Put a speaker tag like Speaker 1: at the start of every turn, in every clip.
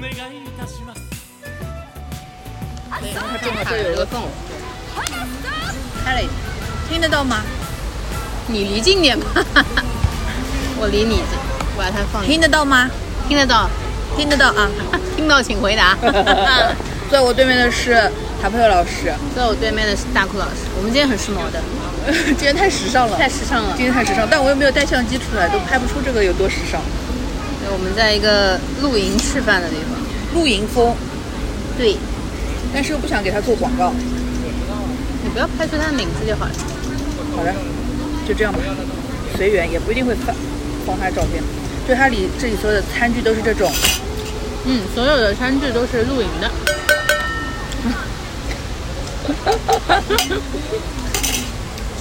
Speaker 1: 願いいたします
Speaker 2: 它正啊好这儿有一个缝，开了一下，听得到吗？你离近点吧， 我离你近，我把它放近，
Speaker 3: 听得到吗？
Speaker 2: 听得到，
Speaker 3: 听得到啊！
Speaker 2: 听到请回 答。
Speaker 3: 坐我对面的是塔佩老师，
Speaker 2: 坐我对面的是大哭老师，我们今天很时髦的，
Speaker 3: 今天太时尚了，
Speaker 2: 太时尚了。
Speaker 3: 今天太时尚，但我又没有带相机出来，都拍不出这个有多时尚。
Speaker 2: 对我们在一个露营示范的地方，
Speaker 3: 露营风，
Speaker 2: 对
Speaker 3: 但是又不想给他做广告。
Speaker 2: 你不要拍出他的名字就好了。
Speaker 3: 好的，就这样吧，随缘，也不一定会放放他的照片。就他里这里所有的餐具都是这种，
Speaker 2: 嗯，所有的餐具都是露营 的。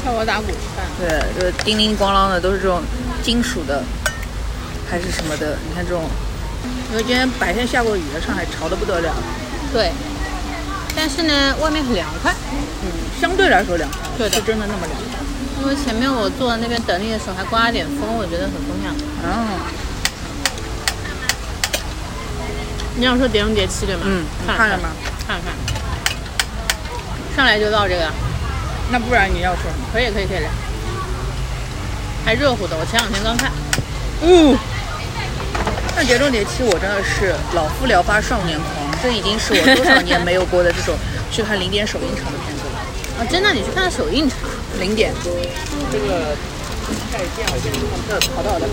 Speaker 2: 敲锣打鼓吃饭，
Speaker 3: 对，就是叮铃咣啷的，都是这种金属的，还是什么的。你看这种，因为今天白天下过雨了，上海潮的不得了，
Speaker 2: 对。但是呢，外面很凉快，
Speaker 3: 相对来说凉快，
Speaker 2: 对的
Speaker 3: 是真的那么凉快。
Speaker 2: 因为前面我坐在那边等你的时候还刮了点风，我觉得很风凉。
Speaker 3: 嗯
Speaker 2: 你想说《碟中谍七》对吗？
Speaker 3: 嗯，你看了吗？？
Speaker 2: 看看。上来就到这个，
Speaker 3: 那不然你要说什么？
Speaker 2: 可以可以可以的，还热乎的。我前两天刚看，
Speaker 3: 嗯。那《碟中谍七》我真的是老夫聊发少年狂，这已经是我多少年没有过的这种去看零点首映场的片子了。
Speaker 2: 哦，真的，你去看了首映场，
Speaker 3: 零点，这个代价好像是考到的，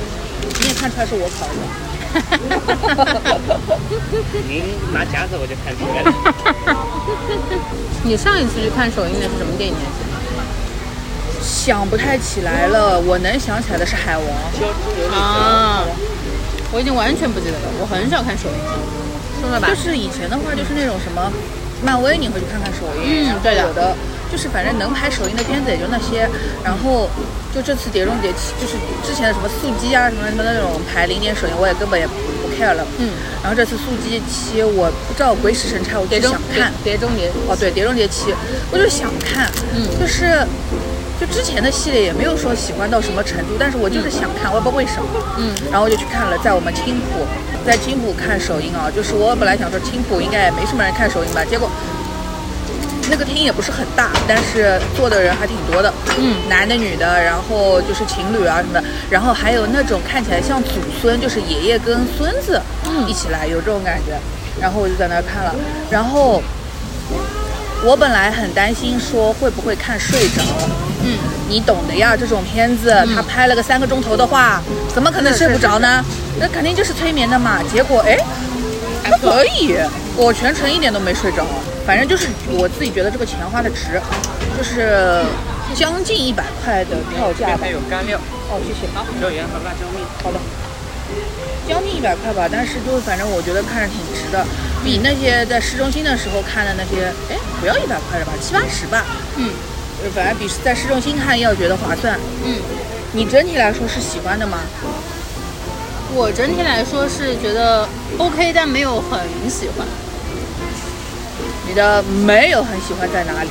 Speaker 3: 你也看出来是我考的。
Speaker 4: 您拿夹子我就看出来了。
Speaker 2: 你上一次去看首映的是什么电影？
Speaker 3: 想不太起来了，我能想起来的是《海王》，
Speaker 2: 啊，我已经完全不记得了，我很少看首映，说了吧
Speaker 3: 就？是以前的话就是那种什么，漫威你会去看看首映，
Speaker 2: 嗯
Speaker 3: 然后
Speaker 2: 对的
Speaker 3: 有的就是反正能拍首映的片子也就那些，然后就这次《碟中谍》就是之前的什么《速激》啊什么什么那种排零点首映，我也根本也不 care 了。
Speaker 2: 嗯，
Speaker 3: 然后这次《速激七》，我不知道鬼使神差，我就
Speaker 2: 碟
Speaker 3: 是
Speaker 2: 中
Speaker 3: 想看。
Speaker 2: 碟碟中谍，
Speaker 3: 哦，对，《碟中谍七》，我就想看，
Speaker 2: 嗯
Speaker 3: 就是就之前的系列也没有说喜欢到什么程度，但是我就是想看，我也不知道为什么，
Speaker 2: 嗯，
Speaker 3: 然后我就去看了，在我们青浦，在青浦看首映啊，就是我本来想说青浦应该也没什么人看首映吧，结果。那个厅也不是很大，但是坐的人还挺多的，
Speaker 2: 嗯，
Speaker 3: 男的、女的，然后就是情侣啊什么的，然后还有那种看起来像祖孙，就是爷爷跟孙子
Speaker 2: 嗯
Speaker 3: 一起来，有这种感觉。然后我就在那儿看了，然后我本来很担心说会不会看睡着，
Speaker 2: 嗯，
Speaker 3: 你懂的呀，这种片子他拍了个三个钟头的话，怎么可能睡不着呢？那肯定就是催眠的嘛。结果哎，还可以，我全程一点都没睡着，反正就是我自己觉得这个钱花的值，就是将近一百块的票价吧
Speaker 4: 还。有干料、
Speaker 3: 哦，谢谢。
Speaker 4: 椒盐和辣椒面。
Speaker 3: 好的，将近一百块吧，但是就是反正我觉得看着挺值的，比那些在市中心的时候看的那些，哎，不要一百块了吧，七八十吧，
Speaker 2: 嗯
Speaker 3: 呃反正比在市中心看要觉得划算。
Speaker 2: 嗯，
Speaker 3: 你整体来说是喜欢的吗？
Speaker 2: 我整体来说是觉得 OK，但没有很喜欢。
Speaker 3: 你的没有很喜欢在哪里？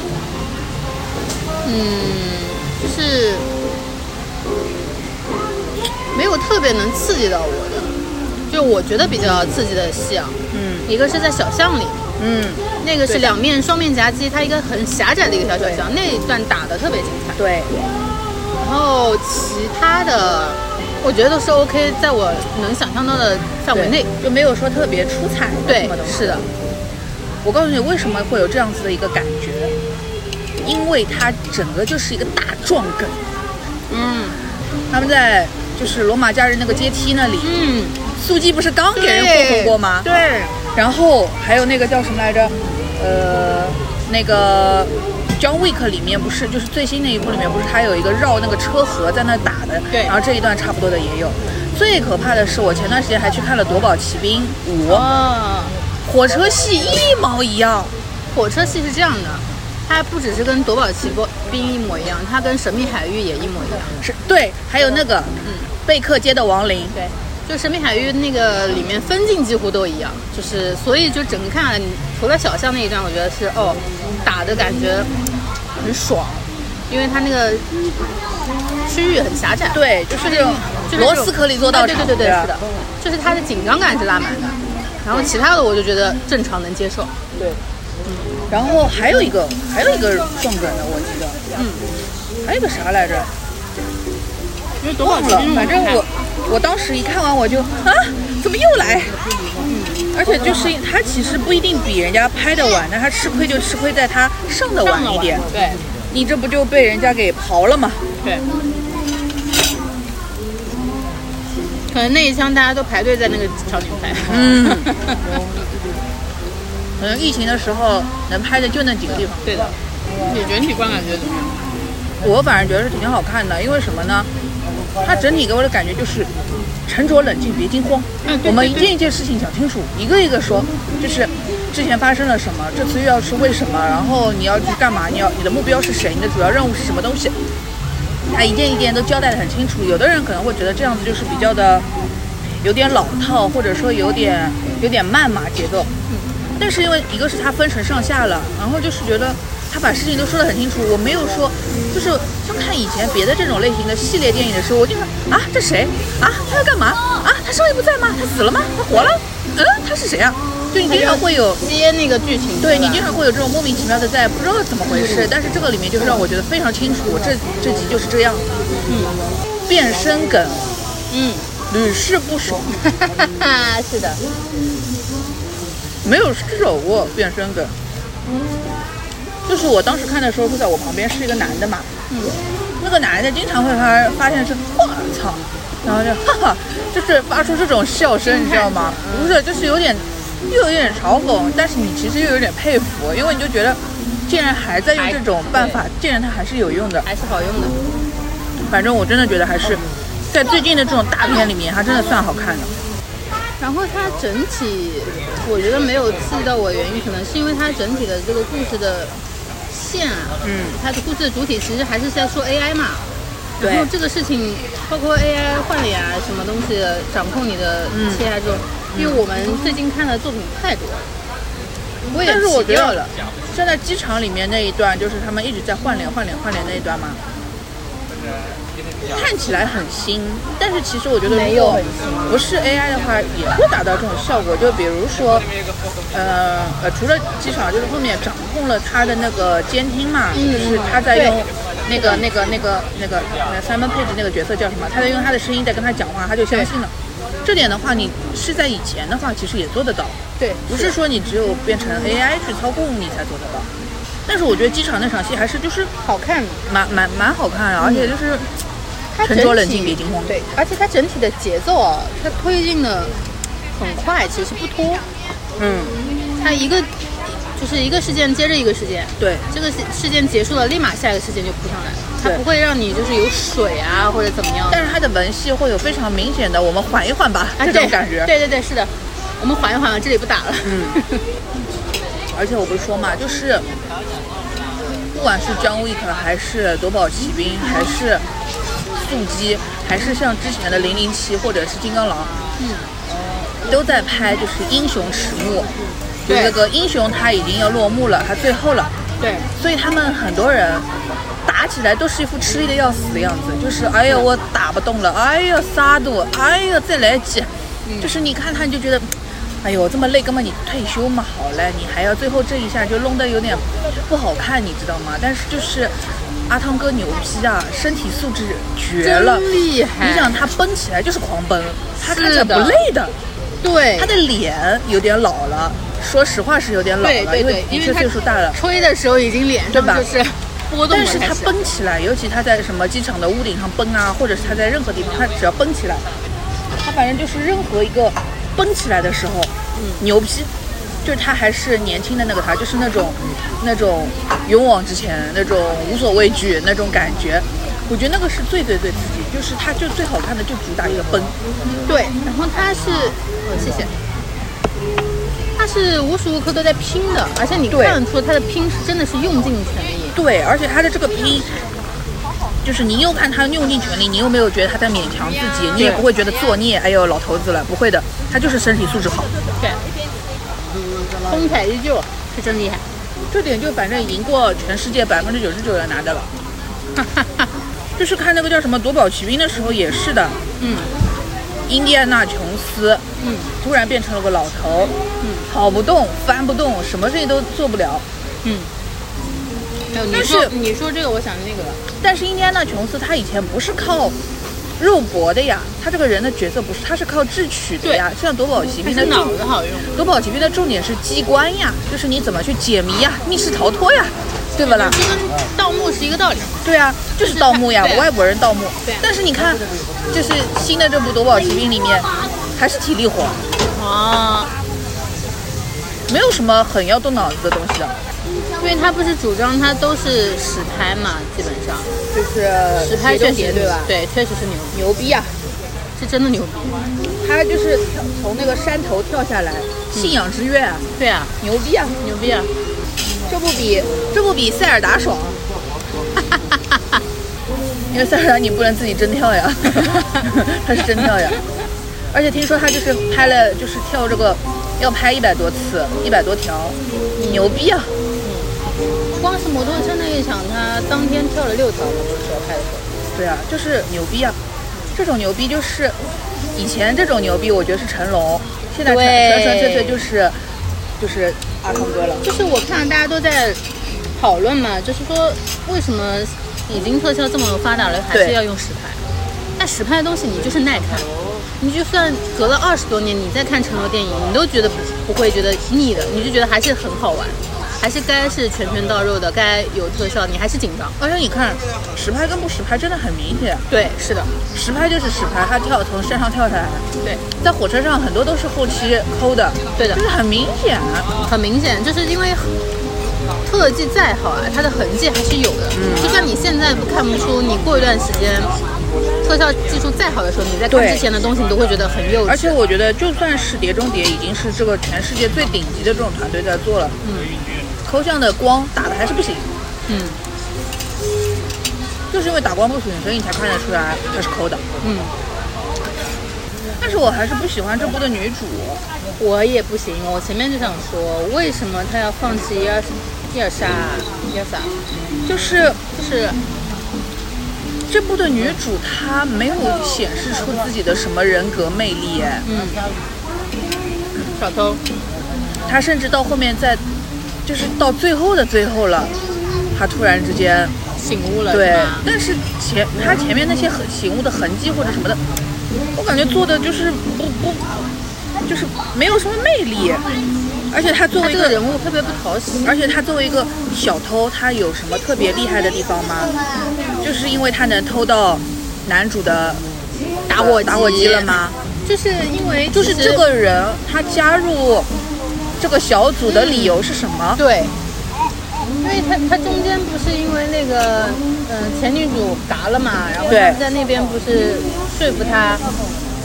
Speaker 2: 嗯，就是没有特别能刺激到我的，就我觉得比较刺激的戏啊，
Speaker 3: 嗯
Speaker 2: 一个是在小巷里，
Speaker 3: 嗯，
Speaker 2: 那个是
Speaker 3: 对
Speaker 2: 两面双面夹击，它一个很狭窄的一个小小巷，那一段打的特别精彩。
Speaker 3: 对，
Speaker 2: 然后其他的，我觉得都是 OK，在我能想象到的范围
Speaker 3: 对
Speaker 2: 内。
Speaker 3: 就没有说特别出彩的
Speaker 2: 对
Speaker 3: 什么东，西。
Speaker 2: 是的，
Speaker 3: 我告诉你为什么会有这样子的一个感觉，因为它整个就是一个大撞梗。
Speaker 2: 嗯
Speaker 3: 他们在就是罗马假日那个阶梯那里，
Speaker 2: 嗯，
Speaker 3: 素鸡不是刚给人
Speaker 2: 对
Speaker 3: 过混过吗？
Speaker 2: 对，
Speaker 3: 然后还有那个叫什么来着？呃，那个 John Wick 里面不是，就是最新那一部里面不是，他有一个绕那个车盒在那打的，
Speaker 2: 对
Speaker 3: 然后这一段差不多的也有。最可怕的是，我前段时间还去看了《夺宝奇兵五》
Speaker 2: 哦。
Speaker 3: 火车戏一毛一样。
Speaker 2: 火车戏是这样的，它不只是跟夺宝奇兵一模一样，它跟神秘海域也一模一样。
Speaker 3: 是对，还有那个，嗯贝克街的亡灵，
Speaker 2: 对，就神秘海域那个里面分镜几乎都一样，就是所以就整个看下来，你除了小巷那一段，我觉得是哦，打的感觉很爽，因为它那个区域很狭窄。
Speaker 3: 对，就是
Speaker 2: 就
Speaker 3: 这种
Speaker 2: 是啊
Speaker 3: 罗斯科里做道场，
Speaker 2: 对对对对，
Speaker 3: 吧
Speaker 2: 是的，就是它的紧张感是拉满的。然后其他的我就觉得正常能接受。
Speaker 3: 对。然后还有一个，还有一个重症的，我记得，嗯，还有一个啥来着？
Speaker 2: 因为多
Speaker 3: 忘了，反正我我当时一看完我就啊，怎么又来？嗯而且就是他其实不一定比人家拍的晚，但他吃亏就吃亏在他上的晚一点。
Speaker 2: 对
Speaker 3: 你这不就被人家给刨了吗？
Speaker 2: 对。可能那一枪大家都排队在那个炒牛排。
Speaker 3: 嗯可能疫情的时候能拍的就那几个地方。
Speaker 2: 对的。 你整体观感觉得怎么样？
Speaker 3: 我反正觉得是挺好看的，因为什么呢？它整体给我的感觉就是沉着冷静，别惊慌。
Speaker 2: 嗯对
Speaker 3: 我们
Speaker 2: 对
Speaker 3: 一
Speaker 2: 对
Speaker 3: 件一件事情讲清楚，一个一个说，就是之前发生了什么，这次又要是为什么，然后你要去干嘛，你要你的目标是谁，你的主要任务是什么东西，他一件一件都交代的很清楚。有的人可能会觉得这样子就是比较的有点老套，或者说有点有点慢嘛节奏。但是因为一个是他分成上下了，然后就是觉得他把事情都说得很清楚，我没有说，就是像看以前别的这种类型的系列电影的时候，我就说啊这谁啊他要干嘛啊他上一部在吗？他死了吗？他活了？嗯他是谁啊？就你经常会有。
Speaker 2: 接那个剧情，
Speaker 3: 对
Speaker 2: 吧
Speaker 3: 你经常会有这种莫名其妙的在不知道怎么回事，但是这个里面就是让我觉得非常清楚，这这集就是这样的。嗯，变身梗
Speaker 2: 嗯，
Speaker 3: 屡试不爽，
Speaker 2: 哈哈， 是的，
Speaker 3: 没有失手过变身梗。就是我当时看的时候，坐在我旁边是一个男的嘛，嗯，那个男的经常会发发现是我操，然后就 哈哈，就是发出这种笑声，你知道吗？不是，就是有点，又有点嘲讽，但是你其实又有点佩服，因为你就觉得，竟然还在用这种办法，竟然他还是有用的。
Speaker 2: 还是好用的。
Speaker 3: 反正我真的觉得还是，在最近的这种大片里面，它真的算好看的。
Speaker 2: 然后它整体，我觉得没有刺激到我的原因，可能是因为它整体的这个故事的线啊，
Speaker 3: 嗯，
Speaker 2: 它的故事的主体其实还是在说 AI 嘛。
Speaker 3: 对
Speaker 2: 然后这个事情包括 AI 换脸啊，什么东西掌控你的
Speaker 3: 嗯
Speaker 2: 切啊这种，因为我们最近看的作品太多了，我也
Speaker 3: 但是我
Speaker 2: 急
Speaker 3: 觉
Speaker 2: 掉
Speaker 3: 得
Speaker 2: 了。
Speaker 3: 站在机场里面那一段，就是他们一直在换脸、换脸、换脸那一段嘛，看起来很新，但是其实我觉得
Speaker 2: 没
Speaker 3: 如
Speaker 2: 有
Speaker 3: 果
Speaker 2: 很
Speaker 3: 不是 AI 的话，也会达到这种效果。就比如说，呃呃，除了机场，就是后面掌控了他的那个监听嘛，就是他在用。那个、那个、那个、那个、那 Simon Page 那个角色叫什么？他在用他的声音在跟他讲话，他就相信了。这点的话，你是在以前的话，其实也做得到。
Speaker 2: 对，
Speaker 3: 不是说你只有变成 AI 去操控你才做得到。但是我觉得机场那场戏还是就是
Speaker 2: 好看的。
Speaker 3: 蛮蛮蛮好看啊
Speaker 2: 嗯
Speaker 3: 的，而且就是
Speaker 2: 它
Speaker 3: 沉
Speaker 2: 整
Speaker 3: 着
Speaker 2: 体
Speaker 3: 冷静别惊慌
Speaker 2: 对，而且它整体的节奏啊，它推进的很快，其实不拖。
Speaker 3: 嗯，
Speaker 2: 它一个就是一个事件接着一个事件，
Speaker 3: 对
Speaker 2: 这个事事件结束了，立马下一个事件就扑上来了，它
Speaker 3: 对
Speaker 2: 不会让你就是有水啊或者怎么样。
Speaker 3: 但是它的文戏会有非常明显的，我们缓一缓吧、
Speaker 2: 啊
Speaker 3: 这种感觉。
Speaker 2: 对对对，是的。我们缓一缓啊，这里不打了。嗯，
Speaker 3: 而且我不是说嘛，就是不管是姜 w i 还是夺宝奇兵，还是速激，还是像之前的零零七或者是金刚狼，嗯，都在拍就是英雄迟暮，就
Speaker 2: 对
Speaker 3: 那个英雄他已经要落幕了，他最后了。
Speaker 2: 对，
Speaker 3: 所以他们很多人打起来都是一副吃力的要死的样子，就是哎呀我打不动了，哎呀杀度，哎呀再来几，就是你看他你就觉得，哎呦这么累，哥们你退休嘛好了，你还要最后这一下就弄得有点不好看，你知道吗？但是就是阿汤哥牛逼啊，身体素质绝了。
Speaker 2: 真厉害。
Speaker 3: 你想他奔起来就是狂奔，他看起来
Speaker 2: 嗯是
Speaker 3: 不
Speaker 2: 的
Speaker 3: 累的，
Speaker 2: 对
Speaker 3: 他的脸有点老了，说实话是有点老了，
Speaker 2: 对对对，因为
Speaker 3: 因为的确
Speaker 2: 他
Speaker 3: 岁数大了。
Speaker 2: 吹的时候已经脸
Speaker 3: 对
Speaker 2: 上
Speaker 3: 吧
Speaker 2: 就是波动了
Speaker 3: 但
Speaker 2: 开
Speaker 3: 是
Speaker 2: 始。
Speaker 3: 他奔起来，尤其他在什么机场的屋顶上奔啊，或者是他在任何地方，他只要奔起来，他反正就是任何一个奔起来的时候，牛逼，就是他还是年轻的那个他，就是那种那种勇往直前，那种无所畏惧那种感觉。我觉得那个是最最最刺激，就是他就最好看的就主打一个奔，
Speaker 2: 对，然后他是，哦、谢谢，他是无时无刻都在拼的，而且你
Speaker 3: 对
Speaker 2: 看得出他的拼是真的是用尽全力。
Speaker 3: 对，而且他的这个拼，就是你又看他用尽全力，你又没有觉得他在勉强自己，你也不会觉得作孽，哎呦老头子了，不会的，他就是身体素质好。
Speaker 2: 对，风采依旧，是真厉害。
Speaker 3: 这点就反正赢过全世界百分之九十九的拿的了。 就是看那个叫什么夺宝奇兵的时候也是的，
Speaker 2: 嗯，
Speaker 3: 印第安纳琼斯，
Speaker 2: 嗯，
Speaker 3: 突然变成了个老头，嗯，跑不动，翻不动，什么事情都做不了。
Speaker 2: 还有你
Speaker 3: 但
Speaker 2: 说
Speaker 3: 是
Speaker 2: 你说这个，我想那个了。
Speaker 3: 但是印第安纳琼斯他以前不是靠肉搏的呀，他这个人的角色不是，他是靠智取的呀。像夺宝奇
Speaker 2: 还
Speaker 3: 兵
Speaker 2: 是
Speaker 3: 的
Speaker 2: 脑
Speaker 3: 重
Speaker 2: 子好用，
Speaker 3: 夺宝奇兵的重点是机关呀，就是你怎么去解谜呀，密室逃脱呀，对不啦？
Speaker 2: 这跟盗墓是一个道理。
Speaker 3: 对啊，就是盗墓呀
Speaker 2: 就是他对，啊
Speaker 3: 外国人盗墓
Speaker 2: 对啊。
Speaker 3: 但是你看，就是新的这部《夺宝奇兵》里面，还是体力活，
Speaker 2: 哦，
Speaker 3: 没有什么很要动脑子的东西的，
Speaker 2: 因为他不是主张他都是实拍嘛，基本上
Speaker 3: 就是
Speaker 2: 实拍确实
Speaker 3: 对吧？
Speaker 2: 对，确实是牛，
Speaker 3: 牛逼啊！
Speaker 2: 是真的牛逼。
Speaker 3: 他就是跳从那个山头跳下来，信仰之跃啊，
Speaker 2: 对啊，
Speaker 3: 牛逼啊！
Speaker 2: 牛逼啊！
Speaker 3: 这不比这不比塞尔达爽，啊 因为塞尔达你不能自己真跳呀，他是真跳呀。而且听说他就是拍了，就是跳这个要拍一百多次，一百多条，牛逼啊！
Speaker 2: 光是摩托车那一场，他当天跳了六条，摩托车拍的时候。
Speaker 3: 对啊，就是牛逼啊！这种牛逼就是以前这种牛逼，我觉得是成龙，现在纯
Speaker 2: 对
Speaker 3: 纯纯粹粹就是就是阿汤哥了。
Speaker 2: 就是我看大家都在讨论嘛，就是说为什么已经特效这么发达了，还是
Speaker 3: 对
Speaker 2: 要用实拍？但实拍的东西你就是耐看，你就算隔了二十多年，你再看成龙电影，你都觉得不不会觉得腻的，你就觉得还是很好玩，还是该是拳拳到肉的，该有特效，你还是紧张。
Speaker 3: 而且你看，实拍跟不实拍真的很明显，
Speaker 2: 对，是的，
Speaker 3: 实拍就是实拍，他跳从山上跳下来，
Speaker 2: 对，
Speaker 3: 在火车上很多都是后期抠的，
Speaker 2: 对的
Speaker 3: 就是很明显。啊
Speaker 2: 很明显，就是因为特技再好啊，它的痕迹还是有的。就算你现在看不出，你过一段时间特效技术再好的时候，你在看
Speaker 3: 对
Speaker 2: 之前的东西，你都会觉得很幼稚。
Speaker 3: 而且我觉得，就算是《碟中谍》，已经是这个全世界最顶级的这种团队在做了，嗯，抠像的光打的还是不行，
Speaker 2: 嗯，
Speaker 3: 就是因为打光不行，所以你才看得出来它是抠的。
Speaker 2: 嗯，
Speaker 3: 但是我还是不喜欢这部的女主，
Speaker 2: 我也不行，我前面就想说，为什么他要放弃伊尔伊尔莎伊尔莎？
Speaker 3: 就是
Speaker 2: 就是
Speaker 3: 这部的女主她没有显示出自己的什么人格魅力，哎，
Speaker 2: 小偷，
Speaker 3: 她甚至到后面在，就是到最后的最后了，她突然之间
Speaker 2: 醒悟了，
Speaker 3: 对
Speaker 2: 是吧，
Speaker 3: 但是前她前面那些痕醒悟的痕迹或者什么的，我感觉做的就是不不，就是没有什么魅力，而且她作
Speaker 2: 他
Speaker 3: 为一
Speaker 2: 这
Speaker 3: 个
Speaker 2: 个人物特别不讨喜。
Speaker 3: 而且他作为一个小偷，他有什么特别厉害的地方吗？就是因为他能偷到男主的呃
Speaker 2: 打火机
Speaker 3: 打火机了吗？
Speaker 2: 就是因为
Speaker 3: 就是
Speaker 2: 其实
Speaker 3: 这个人他加入这个小组的理由是什么？
Speaker 2: 对，因为他他中间不是因为那个嗯、呃前女主嘎了嘛，然后
Speaker 3: 对
Speaker 2: 他在那边不是说服他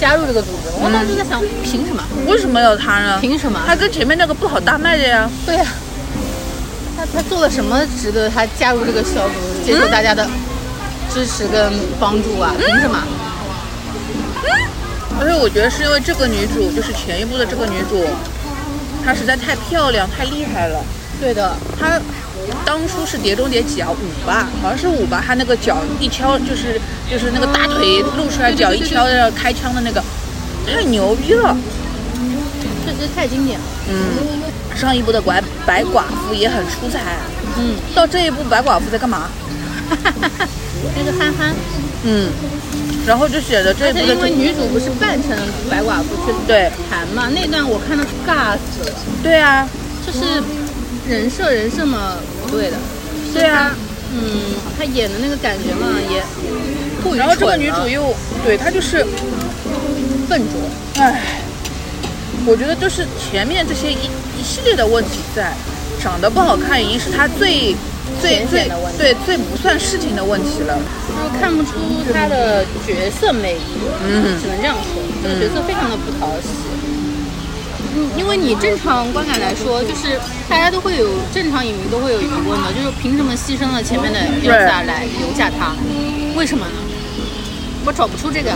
Speaker 2: 加入这个组织，我当时在想凭什么？
Speaker 3: 为什么要他呢？
Speaker 2: 凭什么
Speaker 3: 他跟前面那个不好搭麦的呀。
Speaker 2: 啊对啊呀、他他做了什么值得他加入这个小组，接受大家的支持跟帮助啊？凭什么？
Speaker 3: 而且我觉得是因为这个女主，就是前一部的这个女主，她实在太漂亮、太厉害了。
Speaker 2: 对的，
Speaker 3: 她当初是《碟中谍》几啊？五吧，好像是五吧。她那个脚一敲，就是就是那个大腿露出来，
Speaker 2: 哦对对对
Speaker 3: 脚一
Speaker 2: 对
Speaker 3: 敲要开枪的那个，太牛逼了。
Speaker 2: 确实太经典了。
Speaker 3: 上一部的白白寡妇也很出彩，啊
Speaker 2: 嗯，
Speaker 3: 到这一部白寡妇在干嘛？
Speaker 2: 那个憨憨，
Speaker 3: 嗯，然后就选择这
Speaker 2: 而
Speaker 3: 一部
Speaker 2: 且
Speaker 3: 的
Speaker 2: 因为
Speaker 3: 这
Speaker 2: 女主不啊是扮成白寡妇去
Speaker 3: 对
Speaker 2: 谈嘛，那段我看的尬死了。
Speaker 3: 对啊，
Speaker 2: 就是人设人设嘛不对的，
Speaker 3: 对啊。
Speaker 2: 嗯，他演的那个感觉嘛也过于
Speaker 3: 然后这
Speaker 2: 蠢
Speaker 3: 个
Speaker 2: 啊
Speaker 3: 女
Speaker 2: 了
Speaker 3: 主又对她就是
Speaker 2: 笨拙，
Speaker 3: 唉，我觉得就是前面这些一一系列的问题在，长得不好看已经是他最最
Speaker 2: 浅
Speaker 3: 最
Speaker 2: 显的问题
Speaker 3: 对最不算事情的问题了。
Speaker 2: 就是看不出她的角色魅力，嗯，只能这样说，这个角色非常的不讨喜。嗯，因为你正常观感来说，就是大家都会有正常影迷都会有疑问的，就是凭什么牺牲了前面的 Elsa 来留下她？为什么呢？我找不出这个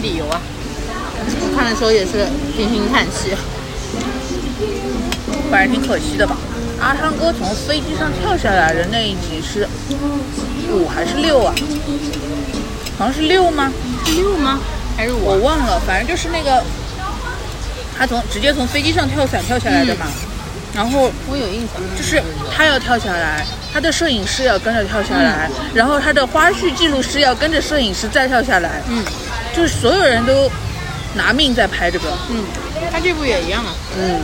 Speaker 2: 理由啊！我看的时候也是频频叹气。
Speaker 3: 反正挺可惜的吧。阿汤哥从飞机上跳下来的那一集是五还是六啊？好像是六吗？
Speaker 2: 六吗？还是
Speaker 3: 我
Speaker 2: 我？
Speaker 3: 忘了，反正就是那个，他从直接从飞机上跳伞跳下来的嘛，
Speaker 2: 嗯
Speaker 3: 然后
Speaker 2: 我有印象，
Speaker 3: 就是他要跳下来，他的摄影师要跟着跳下来，
Speaker 2: 嗯
Speaker 3: 然后他的花絮记录师要跟着摄影师再跳下来，
Speaker 2: 嗯，
Speaker 3: 就是所有人都拿命在拍这个，
Speaker 2: 嗯，他这部也一样啊，
Speaker 3: 嗯，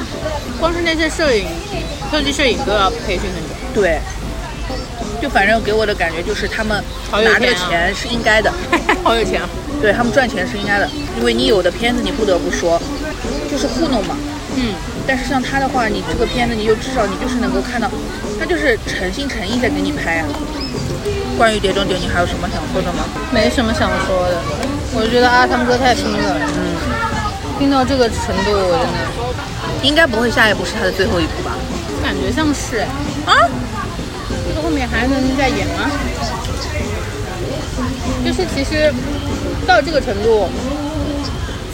Speaker 2: 光是那些摄影、特技摄影都要培训很久。
Speaker 3: 对，就反正给我的感觉就是他们
Speaker 2: 好有
Speaker 3: 拿这个
Speaker 2: 钱啊
Speaker 3: 钱是应该的，
Speaker 2: 好有钱啊！
Speaker 3: 对他们赚钱是应该的，因为你有的片子你不得不说，就是糊弄嘛。
Speaker 2: 嗯，
Speaker 3: 但是像他的话，你这个片子你就至少你就是能够看到，他就是诚心诚意在给你拍啊。关于《碟中谍》，你还有什么想说的吗？
Speaker 2: 没什么想说的，我觉得阿汤哥太拼了，嗯，拼到这个程度，我真的
Speaker 3: 应该不会下一部是他的最后一部吧？
Speaker 2: 感觉像是哎，
Speaker 3: 啊，
Speaker 2: 这个后面还能再演吗？就是其实到这个程度，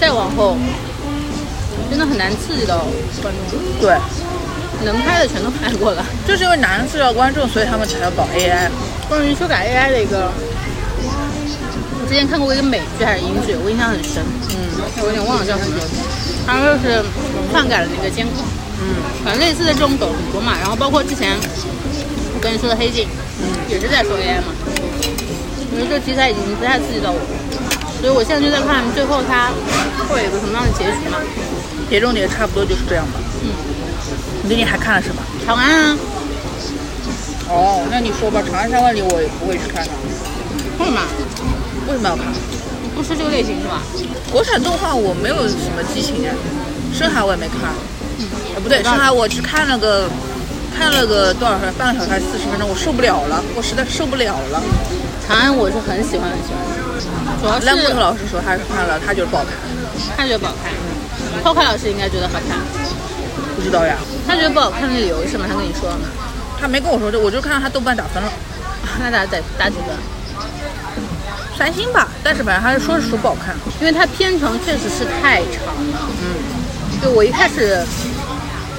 Speaker 2: 再往后真的很难刺激到观众，
Speaker 3: 对，
Speaker 2: 能拍的全都拍过了。
Speaker 3: 就是因为难受到观众，所以他们才要搞 AI。
Speaker 2: 关于修改 AI 的一个，我之前看过一个美剧还是英剧，我印象很深，
Speaker 3: 嗯
Speaker 2: 我有点忘了叫什么，它就是篡改了那个监控。
Speaker 3: 嗯
Speaker 2: 反正类似的这种梗很多嘛，然后包括之前我跟你说的《黑镜》，也是在说 AI 嘛。我觉得这题材已经不太刺激到我了，所以我现在就在看最后它会有个什么样的结局嘛。
Speaker 3: 《碟中谍》差不多就是这样吧。
Speaker 2: 嗯，
Speaker 3: 你最近还看了什么？
Speaker 2: 长安啊，
Speaker 3: 哦，那你说吧，《长安三万里》我也不会去看的。
Speaker 2: 会吗？
Speaker 3: 为什么要看？
Speaker 2: 你不是这个类型是吧？
Speaker 3: 国产动画我没有什么激情哎，深海我也没看。
Speaker 2: 呃
Speaker 3: 哎，不对，深海我只看了个，看了个多少分？半个小时还是四十分钟？我受不了了，我实在受不了了。
Speaker 2: 长安我是很喜欢很喜欢，主要
Speaker 3: 烂木头
Speaker 2: 是
Speaker 3: 老师说他是看了，他觉得不好看，
Speaker 2: 他觉得不好看，浩凯老师应该觉得好看。
Speaker 3: 不知道呀，
Speaker 2: 他觉得不好看的理由是什么？他跟你说了吗？
Speaker 3: 他没跟我说这，我就看到他豆瓣打分了，
Speaker 2: 那打打打几分？
Speaker 3: 三星吧，但是反正他说是说不好看，
Speaker 2: 因为它片长确实是太长了。嗯，就我一开始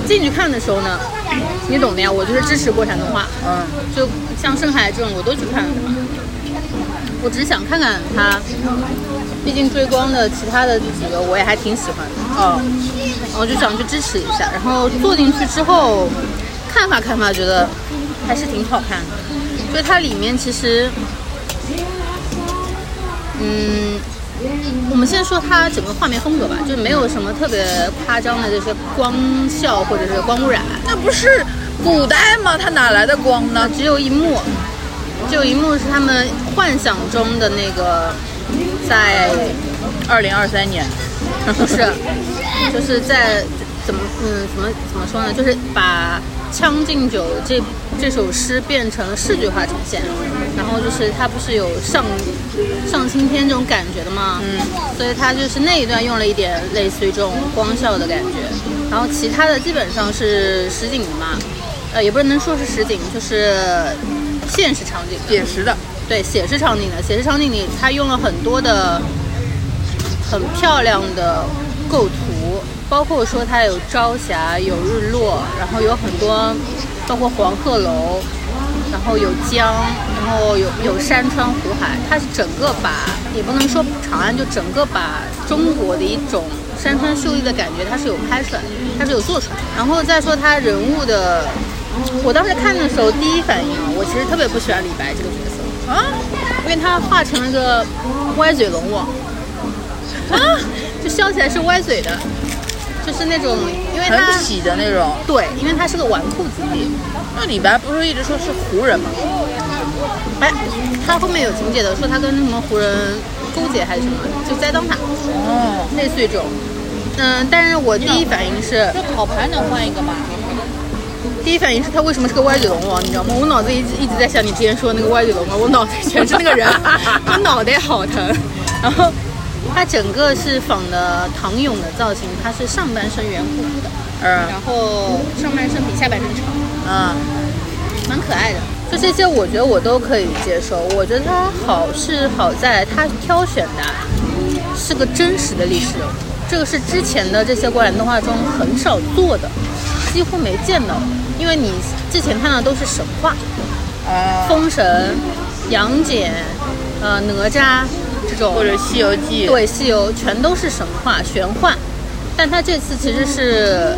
Speaker 2: 进去看的时候呢，你懂的呀，我就是支持国产动画，
Speaker 3: 嗯，
Speaker 2: 就像深海这种我都去看了的嘛。我只是想看看它，毕竟追光的其他的几个我也还挺喜欢的，
Speaker 3: 哦，
Speaker 2: 然后就想去支持一下。然后坐进去之后，看吧看吧，觉得还是挺好看的。就它里面其实，嗯，我们先说它整个画面风格吧，就没有什么特别夸张的这些光效或者是光污染，
Speaker 3: 那不是古代吗？他哪来的光呢？
Speaker 2: 只有一幕，只有一幕是他们幻想中的那个在
Speaker 3: 二零二三年，
Speaker 2: 不是，就是在怎么嗯怎么怎么说呢？就是把《将进酒》这这首诗变成了视觉化呈现，然后就是它不是有上上青天这种感觉的吗？嗯，所以它就是那一段用了一点类似于这种光效的感觉，然后其他的基本上是实景的嘛，呃，也不能说是实景，就是现实场景的。
Speaker 3: 写实的，
Speaker 2: 对写实场景的，写实场景里它用了很多的很漂亮的构图，包括说它有朝霞，有日落，然后有很多包括黄鹤楼，然后有江，然后有有山川湖海，它是整个把也不能说长安，就整个把中国的一种山川秀丽的感觉，它是有拍出来的，它是有做出来的。然后再说它人物的，我当时看的时候第一反应啊，我其实特别不喜欢李白这个角色。
Speaker 3: 啊
Speaker 2: 因为它画成了个歪嘴龙王，
Speaker 3: 啊，
Speaker 2: 就笑起来是歪嘴的，就是那种，因为它
Speaker 3: 很喜的那种。
Speaker 2: 对，因为它是个纨绔子弟，
Speaker 3: 那李白不是一直说是胡人吗？
Speaker 2: 哎，他后面有情节的，说他跟什么胡人勾结还是什么，就栽赃他，
Speaker 3: 哦，
Speaker 2: 类似于这种。嗯，但是我第一反应是，
Speaker 3: 这烤盘能换一个吗？
Speaker 2: 第一反应是他为什么是个歪嘴龙王，你知道吗？我脑子一直一直在想你之前说的那个歪嘴龙王，我脑子全是那个人， 我脑袋好疼。然后他整个是仿的唐俑的造型，他是上半身圆乎乎的，
Speaker 3: 嗯
Speaker 2: 然后上半身比下半身长，
Speaker 3: 嗯，
Speaker 2: 蛮可爱的。就这些，我觉得我都可以接受。我觉得它好是好在它挑选的是个真实的历史人物，这个是之前的这些国产动画中很少做的，几乎没见到的。因为你之前看到都是神话，
Speaker 3: 啊，
Speaker 2: 封神、杨戬、呃哪吒，这种
Speaker 3: 或者《西游记》，
Speaker 2: 对，西游全都是神话玄幻，但它这次其实是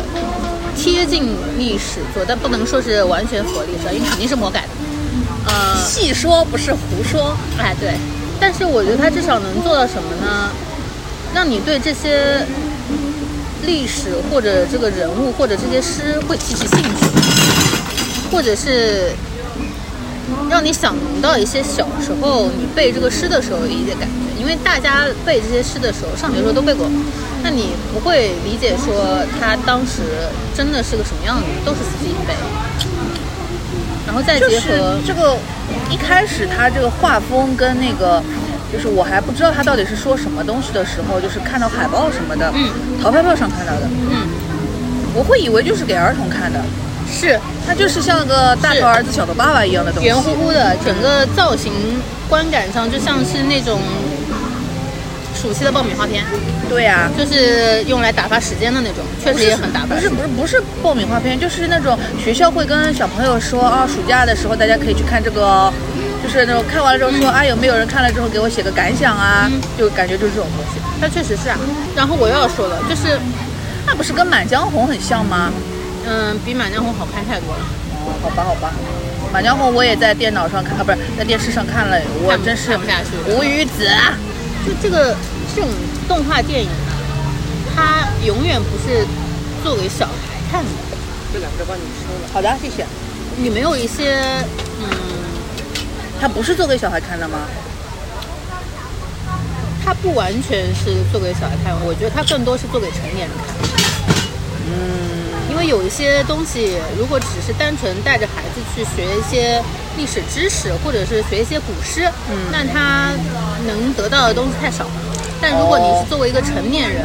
Speaker 2: 贴近历史做，但不能说是完全符合历史，因为肯定是魔改的。呃，
Speaker 3: 细说不是胡说。
Speaker 2: 哎，对，但是我觉得它至少能做到什么呢？让你对这些历史或者这个人物或者这些诗会提起兴趣，或者是让你想到一些小时候你背这个诗的时候理解感觉，因为大家背这些诗的时候，上学的时候都背过，那你不会理解说他当时真的是个什么样子，都是死记硬背。然后再
Speaker 3: 就
Speaker 2: 结
Speaker 3: 是
Speaker 2: 合，
Speaker 3: 这个一开始他这个画风跟那个，就是我还不知道他到底是说什么东西的时候，就是看到海报什么的，
Speaker 2: 嗯，
Speaker 3: 淘票票上看到的，
Speaker 2: 嗯，
Speaker 3: 我会以为就是给儿童看的，
Speaker 2: 是
Speaker 3: 它就是像个大头儿子小头爸爸一样的东西
Speaker 2: 圆。乎乎的，整个造型观感上就像是那种暑期的爆米花片，
Speaker 3: 对呀、
Speaker 2: 就是用来打发时间的那种，确
Speaker 3: 不
Speaker 2: 实
Speaker 3: 是
Speaker 2: 也很打发
Speaker 3: 不
Speaker 2: 时
Speaker 3: 是
Speaker 2: 间。
Speaker 3: 不是不是爆米花片，就是那种学校会跟小朋友说啊，暑假的时候大家可以去看这个哦，就是那种看完了之后说、啊，有没有人看了之后给我写个感想啊，就感觉就是这种东西。
Speaker 2: 它确实是啊。然后我又要说了，就是
Speaker 3: 那不是跟《满江红》很像吗？
Speaker 2: 嗯、比《满江红》好看太多了。
Speaker 3: 哦，好吧，好吧，《满江红》我也在电脑上看啊，不是在电视上看了，我
Speaker 2: 看不
Speaker 3: 真是
Speaker 2: 看不下去
Speaker 3: 无语子啊！
Speaker 2: 就这个这种动画电影啊，它永远不是做给小孩看的，
Speaker 4: 这两个帮你收了，
Speaker 3: 好的，谢谢。
Speaker 2: 你没有一些嗯，
Speaker 3: 它不是做给小孩看的吗？
Speaker 2: 它不完全是做给小孩看，我觉得它更多是做给成年人看。
Speaker 3: 嗯
Speaker 2: 因为有一些东西，如果只是单纯带着孩子去学一些历史知识，或者是学一些古诗，
Speaker 3: 嗯
Speaker 2: 那他能得到的东西太少了。但如果你
Speaker 3: 哦
Speaker 2: 是作为一个成年人，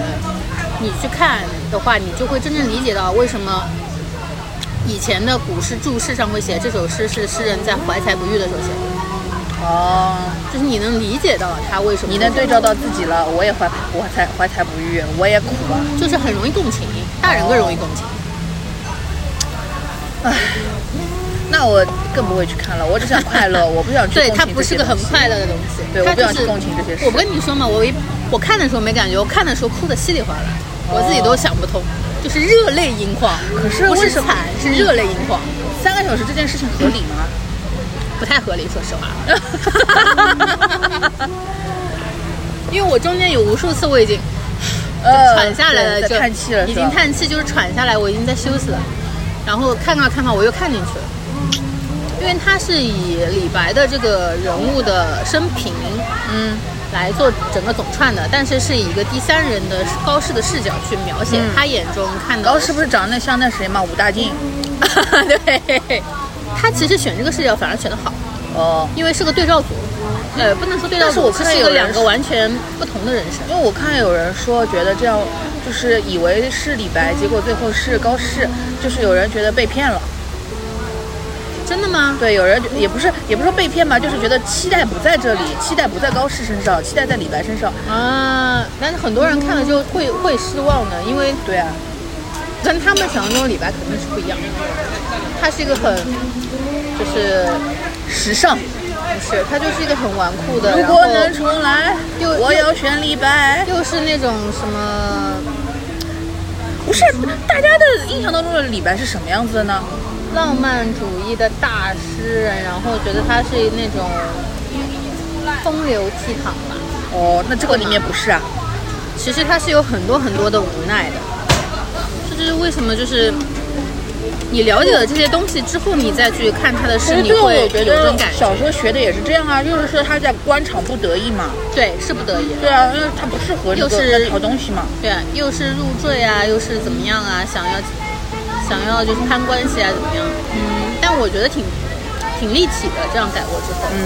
Speaker 2: 你去看的话，你就会真正理解到为什么以前的古诗注释上会写这首诗是诗人在怀才不遇的时候写的，
Speaker 3: 哦，
Speaker 2: 就是你能理解到他为什么
Speaker 3: 你能对照到自己了，我也怀我才怀才不遇，我也苦啊。
Speaker 2: 就是很容易共情，大人更容易共情。
Speaker 3: 哦那我更不会去看了，我只想快 乐，我不想去。
Speaker 2: 对，它不是个很。快乐的东西。
Speaker 3: 对
Speaker 2: 它
Speaker 3: 我不
Speaker 2: 就
Speaker 3: 想
Speaker 2: 是
Speaker 3: 去共情这些事
Speaker 2: 我不跟你说嘛，我一我看的时候没感觉，我看的时候哭的稀里哗啦，我自己都想不通，就是热泪盈眶。
Speaker 3: 哦可是
Speaker 2: 不
Speaker 3: 为
Speaker 2: 是
Speaker 3: 什么
Speaker 2: 惨，是热泪盈眶，
Speaker 3: 三个小时这件事情合理吗？
Speaker 2: 不太合理，说实 话。因为我中间有无数次我已经
Speaker 3: 呃
Speaker 2: 喘下来了，
Speaker 3: 对
Speaker 2: 就
Speaker 3: 在叹气了，
Speaker 2: 已经
Speaker 3: 是吧。
Speaker 2: 叹气，就是喘下来，我已经在休息了。然后看看看看，我又看进去了，因为它是以李白的这个人物的生平，
Speaker 3: 嗯，
Speaker 2: 来做整个总串的，但是是以一个第三人的高适的视角去描写他眼中看到
Speaker 3: 嗯高
Speaker 2: 的
Speaker 3: 适不是长得像那谁嘛，武大靖。
Speaker 2: 对，他其实选这个视角反而选得好，
Speaker 3: 哦，
Speaker 2: 因为是个对照组，呃，不能说对照
Speaker 3: 嗯但是
Speaker 2: 组，
Speaker 3: 我看
Speaker 2: 这是一
Speaker 3: 有
Speaker 2: 个
Speaker 3: 人
Speaker 2: 两个
Speaker 3: 说
Speaker 2: 完全不同的人生。
Speaker 3: 因为我看有人说觉得这样，就是以为是李白，结果最后是高适，就是有人觉得被骗了。
Speaker 2: 真的吗？
Speaker 3: 对，有人也不是也不是说被骗吧，就是觉得期待不在这里，期待不在高适身上，期待在李白身上。
Speaker 2: 啊，但是很多人看了之后会会失望的，因为
Speaker 3: 对啊，
Speaker 2: 跟他们想象中的李白肯定是不一样的。他是一个很，就是
Speaker 3: 时尚。
Speaker 2: 不是，他就是一个很纨绔的，
Speaker 3: 如
Speaker 2: 然
Speaker 3: 果
Speaker 2: 后
Speaker 3: 能重来，
Speaker 2: 又
Speaker 3: 我要选李白。
Speaker 2: 又是那种什么。
Speaker 3: 不是大家的印象当中的李白是什么样子的呢？
Speaker 2: 浪漫主义的大诗人，然后觉得他是那种风流倜傥吧。
Speaker 3: 哦，那这个里面不是啊。
Speaker 2: 其实他是有很多很多的无奈的，这就是为什么就是你了解了这些东西之后，你再去看他的
Speaker 3: 其
Speaker 2: 诗，
Speaker 3: 实
Speaker 2: 你
Speaker 3: 对
Speaker 2: 会
Speaker 3: 我
Speaker 2: 有
Speaker 3: 觉
Speaker 2: 这
Speaker 3: 得
Speaker 2: 种感
Speaker 3: 小
Speaker 2: 觉。
Speaker 3: 时候学的也是这样啊，就是说他在官场不得意嘛。
Speaker 2: 对，是不得已。
Speaker 3: 对啊，因为他不适合这
Speaker 2: 又
Speaker 3: 个
Speaker 2: 是
Speaker 3: 在淘东西嘛。
Speaker 2: 对，啊又是入赘啊，又是怎么样啊，想要想要就是攀关系啊，怎么样？嗯，但我觉得挺挺立体的，这样改过之后，
Speaker 3: 嗯，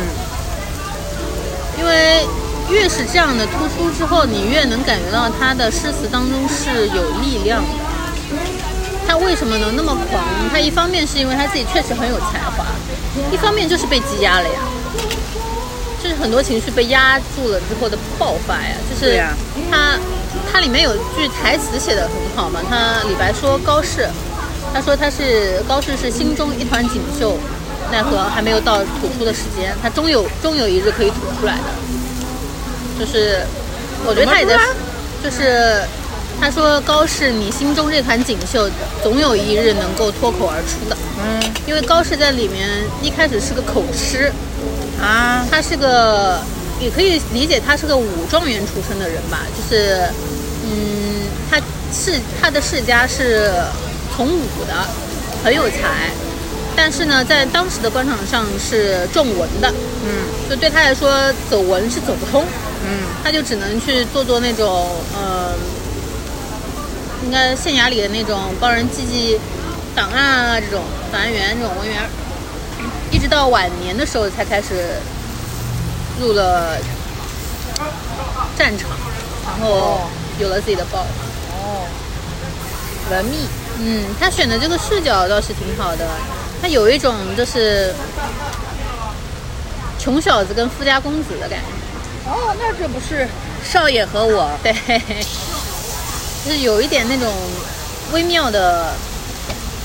Speaker 2: 因为越是这样的突出之后，你越能感觉到他的诗词当中是有力量的。他为什么能那么狂？他一方面是因为他自己确实很有才华，一方面就是被积压了呀，就是很多情绪被压住了之后的爆发呀，就
Speaker 3: 对
Speaker 2: 是
Speaker 3: 呀
Speaker 2: 他他里面有句台词写的很好嘛，他李白说高适，他说他是高适是心中一团锦绣，奈何还没有到吐出的时间，他终有终有一日可以吐出来的。就是我觉得他也在
Speaker 3: 怎么说，
Speaker 2: 就是他说高适，你心中这款锦绣，总有一日能够脱口而出的。
Speaker 3: 嗯
Speaker 2: 因为高适在里面一开始是个口吃，
Speaker 3: 啊，
Speaker 2: 他是个，也可以理解他是个武状元出身的人吧，就是，嗯，他世他的世家是从武的，很有才，但是呢，在当时的官场上是重文的，
Speaker 3: 嗯
Speaker 2: 就对他来说走文是走不通，
Speaker 3: 嗯
Speaker 2: 他就只能去做做那种，嗯、应该县衙里的那种帮人记记档案啊，这种档案员这种文员儿，一直到晚年的时候才开始入了战场，然后有了自己的报。
Speaker 3: 哦，文秘
Speaker 2: 嗯，他选的这个视角倒是挺好的，他有一种就是穷小子跟富家公子的感觉。
Speaker 3: 哦，那这不是少爷和我
Speaker 2: 对，就是有一点那种微妙的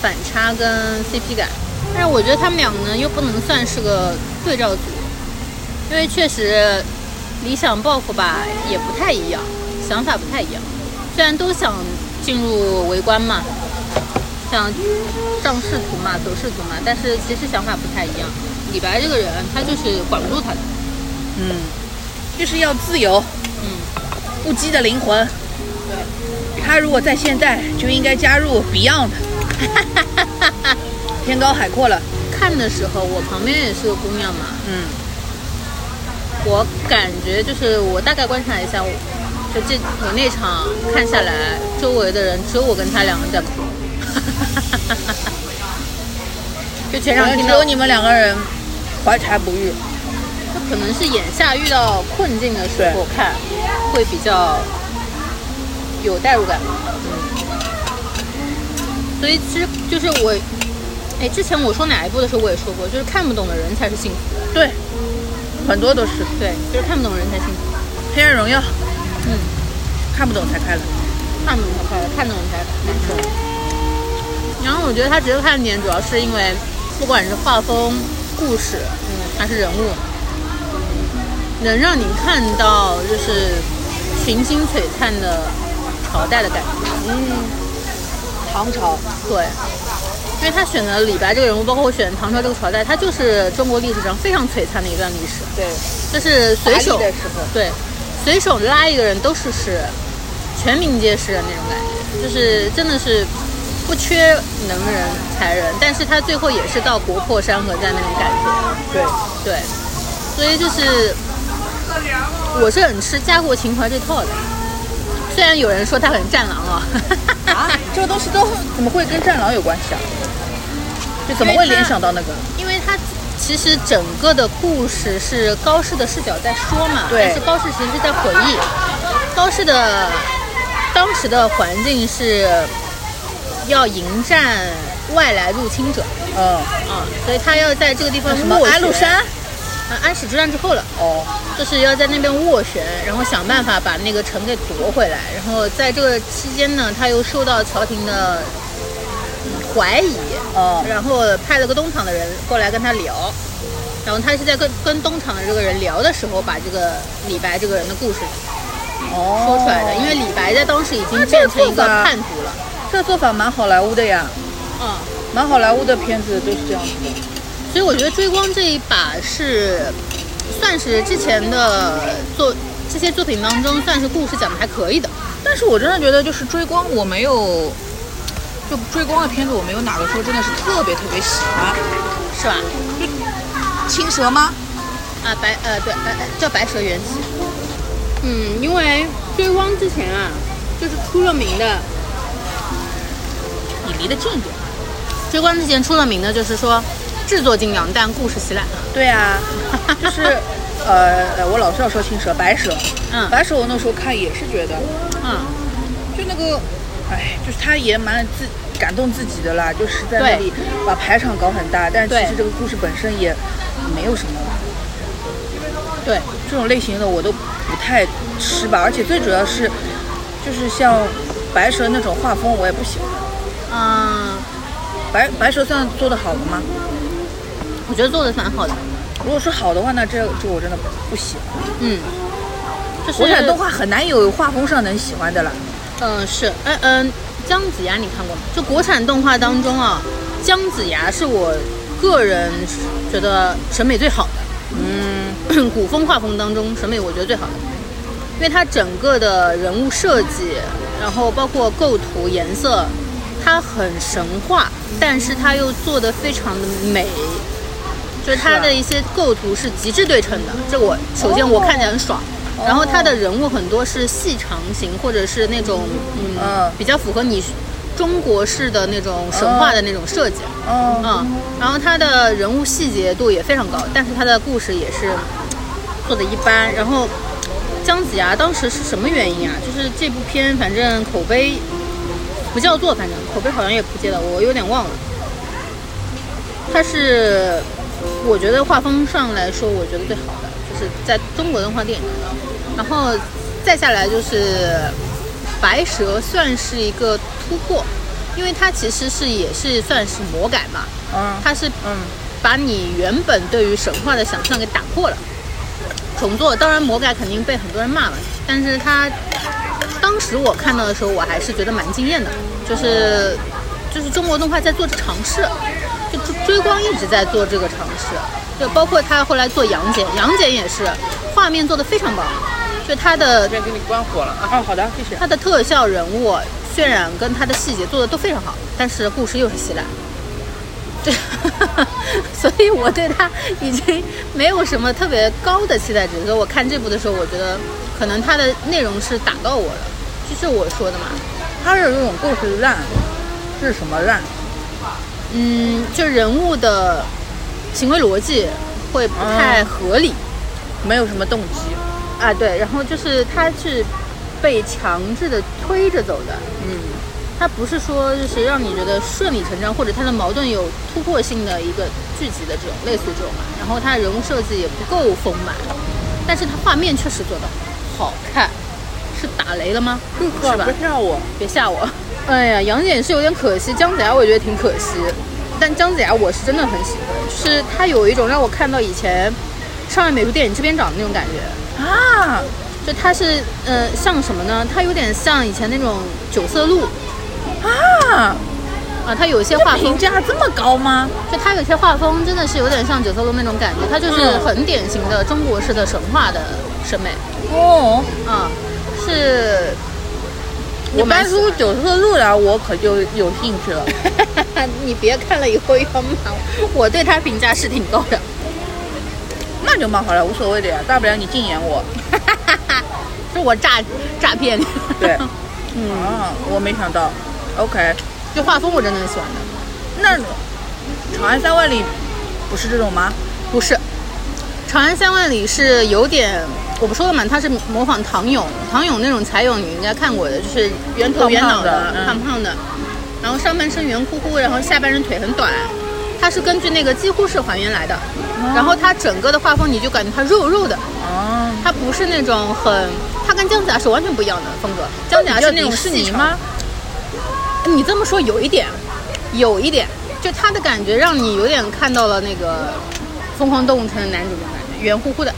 Speaker 2: 反差跟 CP 感，但是我觉得他们两个呢又不能算是个对照组，因为确实理想抱负吧也不太一样，想法不太一样。虽然都想进入为官嘛，想仗仕途嘛，走仕途嘛，但是其实想法不太一样。李白这个人，他就是管不住他的，
Speaker 3: 嗯，就是要自由，
Speaker 2: 嗯，
Speaker 3: 不羁的灵魂。他如果在现代，就应该加入 Beyond，天高海阔了。
Speaker 2: 看的时候，我旁边也是个姑娘嘛，
Speaker 3: 嗯
Speaker 2: 我感觉就是我大概观察一下，我就这我那场看下来，周围的人只有我跟他两个人在哭， 就全场
Speaker 3: 然后
Speaker 2: 听
Speaker 3: 只
Speaker 2: 到
Speaker 3: 有你们两个人怀才不遇。
Speaker 2: 他可能是眼下遇到困境的时候看，会比较有代入感。嗯，所以其实就是我，哎，之前我说哪一部的时候我也说过，就是看不懂的人才是幸福的，
Speaker 3: 对，很多都是《
Speaker 2: 对，就是看不懂的人才幸福。
Speaker 3: 黑暗荣耀》，
Speaker 2: 嗯，
Speaker 3: 看不懂才开了。
Speaker 2: 看懂才快乐，看懂才难受。然后我觉得它值得看点，主要是因为不管是画风、故事，嗯，还是人物，能让你看到就是群星璀璨的朝代的感觉。
Speaker 3: 嗯，唐朝，
Speaker 2: 对，因为他选的李白这个人物，包括我选唐朝这个朝代，它就是中国历史上非常璀璨的一段历史。
Speaker 3: 对，
Speaker 2: 就是随手
Speaker 3: 华丽的时候
Speaker 2: 对，随手拉一个人都是诗人，全民皆诗人那种感觉，就是真的是不缺能人才人，但是他最后也是到国破山河在那种感觉，
Speaker 3: 对，
Speaker 2: 对，所以就是我是很吃家国情怀这套的，虽然有人说他很战狼啊、
Speaker 3: 啊，这个东西都怎么会跟战狼有关系啊？就怎么会联想到那个？
Speaker 2: 因为他其实整个的故事是高适的视角在说嘛，
Speaker 3: 对
Speaker 2: 但是高适其实是在回忆，高适的当时的环境是要迎战外来入侵者
Speaker 3: 嗯，
Speaker 2: 啊、所以他要在这个地方
Speaker 3: 什么
Speaker 2: 斡旋
Speaker 3: 安禄山？
Speaker 2: 啊安史之乱之后了，
Speaker 3: 哦，
Speaker 2: 就是要在那边斡旋，然后想办法把那个城给夺回来，然后在这个期间呢，他又受到朝廷的嗯怀疑，
Speaker 3: 嗯
Speaker 2: 然后派了个东厂的人过来跟他聊，然后他是在跟跟东厂的这个人聊的时候，把这个李白这个人的故事
Speaker 3: 哦，
Speaker 2: 说出来的，因为李白在当时已经
Speaker 3: 那
Speaker 2: 变
Speaker 3: 这个
Speaker 2: 成一
Speaker 3: 做
Speaker 2: 个
Speaker 3: 法
Speaker 2: 叛徒了，
Speaker 3: 这个做法蛮好莱坞的呀，
Speaker 2: 嗯，
Speaker 3: 蛮好莱坞的片子都是这样子的。
Speaker 2: 所以我觉得追光这一把是算是之前的作这些作品当中算是故事讲的还可以的，
Speaker 3: 但是我真的觉得，就是追光，我没有，就追光的片子，我没有哪个说真的是特别特别喜欢。
Speaker 2: 是吧？
Speaker 3: 青蛇吗？
Speaker 2: 啊，白呃对呃呃叫白蛇缘起。嗯，因为追光之前啊，就是出了名的。
Speaker 3: 你离得近一点。
Speaker 2: 追光之前出了名的就是说，制作精良但故事稀烂。
Speaker 3: 对啊，就是，呃，呃我老是要说青蛇，白蛇，
Speaker 2: 嗯
Speaker 3: 白蛇我那时候看也是觉得，
Speaker 2: 嗯，
Speaker 3: 就那个，哎，就是他也蛮自感动自己的啦，就是在那里把排场搞很大，但是其
Speaker 2: 对
Speaker 3: 实这个故事本身也没有什么。
Speaker 2: 对，
Speaker 3: 这种类型的我都不太吃吧，而且最主要是，就是像白蛇那种画风我也不喜欢。
Speaker 2: 嗯，
Speaker 3: 白白蛇算做的好的吗？
Speaker 2: 我觉得做的蛮好的。
Speaker 3: 如果说好的话，那这这我真的不喜欢。
Speaker 2: 嗯，就是
Speaker 3: 国产动画很难有画风上能喜欢的了。
Speaker 2: 嗯，是，嗯嗯，姜子牙你看过吗？就国产动画当中啊，姜子牙是我个人觉得审美最好的，嗯， 古风画风当中审美我觉得最好的，因为它整个的人物设计，然后包括构图、颜色，它很神话，但是它又做得非常的美。就是它的一些构图是极致对称的，这我首先我看起来很爽，然后它的人物很多是细长型，或者是那种嗯
Speaker 3: 嗯
Speaker 2: 比较符合你中国式的那种神话的那种设计，
Speaker 4: 哦
Speaker 3: 嗯，
Speaker 2: 嗯，然后它的人物细节度也非常高，但是它的故事也是嗯做的一般。然后姜子牙当时是什么原因啊？就是这部片反正口碑不叫座，反正口碑好像也不接了，我有点忘了。它是我觉得画风上来说，我觉得最好的就是在中国动画电影当中，然后再下来就是白蛇算是一个突破，因为它其实是也是算是魔改嘛，
Speaker 4: 哦
Speaker 3: 嗯，
Speaker 2: 它是
Speaker 3: 嗯
Speaker 2: 把你原本对于神话的想象给打破了，重做。当然魔改肯定被很多人骂了，但是它当时我看到的时候，我还是觉得蛮惊艳的，就是就是中国动画在做尝试，就追追光一直在做这个尝试，就包括他后来做杨戬，杨戬也是画面做的非常棒，就他的
Speaker 4: 这边给你关火了啊！哦，好的，继续。
Speaker 2: 它的特效、人物渲染跟它的细节做的都非常好，但是故事又是稀烂。对， 所以我对它已经没有什么特别高的期待值。所以我看这部的时候，我觉得可能它的内容是打到我了，就是我说的嘛。
Speaker 3: 它是有一种故事烂，是什么烂？
Speaker 2: 嗯，就人物的行为逻辑会不太合理、
Speaker 3: 没有什么动机。
Speaker 2: 啊，对。然后就是它是被强制的推着走的，
Speaker 3: 嗯，
Speaker 2: 它不是说就是让你觉得顺理成章，或者它的矛盾有突破性的一个聚集的这种类似这种嘛。然后它的人物设计也不够丰满，但是它画面确实做的好看。是打雷了吗？是吧
Speaker 4: 不？是我，
Speaker 2: 别吓我！哎呀，杨戬是有点可惜，姜子牙我也觉得挺可惜，但姜子牙我是真的很喜欢，就是他有一种让我看到以前上海美术电影制片厂的那种感觉。
Speaker 3: 啊，
Speaker 2: 就它是呃像什么呢？它有点像以前那种九色鹿
Speaker 3: 啊，
Speaker 2: 啊，它有一些
Speaker 3: 这
Speaker 2: 画风
Speaker 3: 评价这么高吗？
Speaker 2: 就它有些画风真的是有点像九色鹿那种感觉，它就是很典型的中国式的神话的审美
Speaker 3: 哦，
Speaker 2: 啊、是。
Speaker 3: 你
Speaker 2: 我蛮
Speaker 3: 搬
Speaker 2: 喜欢
Speaker 3: 出九色鹿来，我可就有兴趣了。
Speaker 2: 你别看了以后要骂我，我对它评价是挺高的。
Speaker 3: 那就骂好了，无所谓的呀，大不了你禁言 我。
Speaker 2: 是我诈诈骗你。
Speaker 3: 对，嗯、啊，我没想到。OK，
Speaker 2: 就画风我真的很喜欢的，
Speaker 3: 那《长安三万里》不是这种吗？
Speaker 2: 不是《长安三万里》是有点，我不说了嘛，它是模仿唐俑，唐俑那种蚕俑你应该看过的，就是圆头圆脑的
Speaker 3: 胖胖的嗯
Speaker 2: 胖胖的，然后上半身圆乎乎，然后下半身腿很短，它是根据那个几乎是还原来的，然后它整个的画风你就感觉它肉肉的，
Speaker 3: 哦，
Speaker 2: 它不是那种很，它跟姜子牙是完全不一样的风格，姜子牙是那种
Speaker 3: 迪士
Speaker 2: 细
Speaker 3: 尼
Speaker 2: 长
Speaker 3: 吗？
Speaker 2: 你这么说有一点，有一点，就他的感觉让你有点看到了那个《疯狂动物城》的男主的感觉，圆乎乎的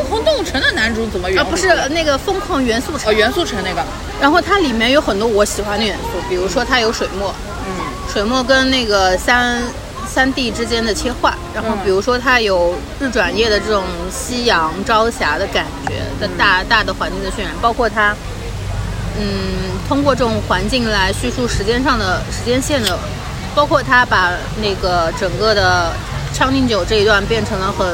Speaker 3: 《红动物城》的男主怎么圆
Speaker 2: 啊，
Speaker 3: 乎乎
Speaker 2: 不是
Speaker 3: 的
Speaker 2: 那个《疯狂元素城
Speaker 3: 哦，》。元素城那个。
Speaker 2: 然后它里面有很多我喜欢的元素，比如说它有水墨，
Speaker 3: 嗯，
Speaker 2: 水墨跟那个三三 D 之间的切换，然后比如说它有日转夜的这种夕阳朝霞的感觉的大大的环境的渲染，包括它，嗯，通过这种环境来叙述时间上的时间线的，包括它把那个整个的《将进酒》这一段变成了很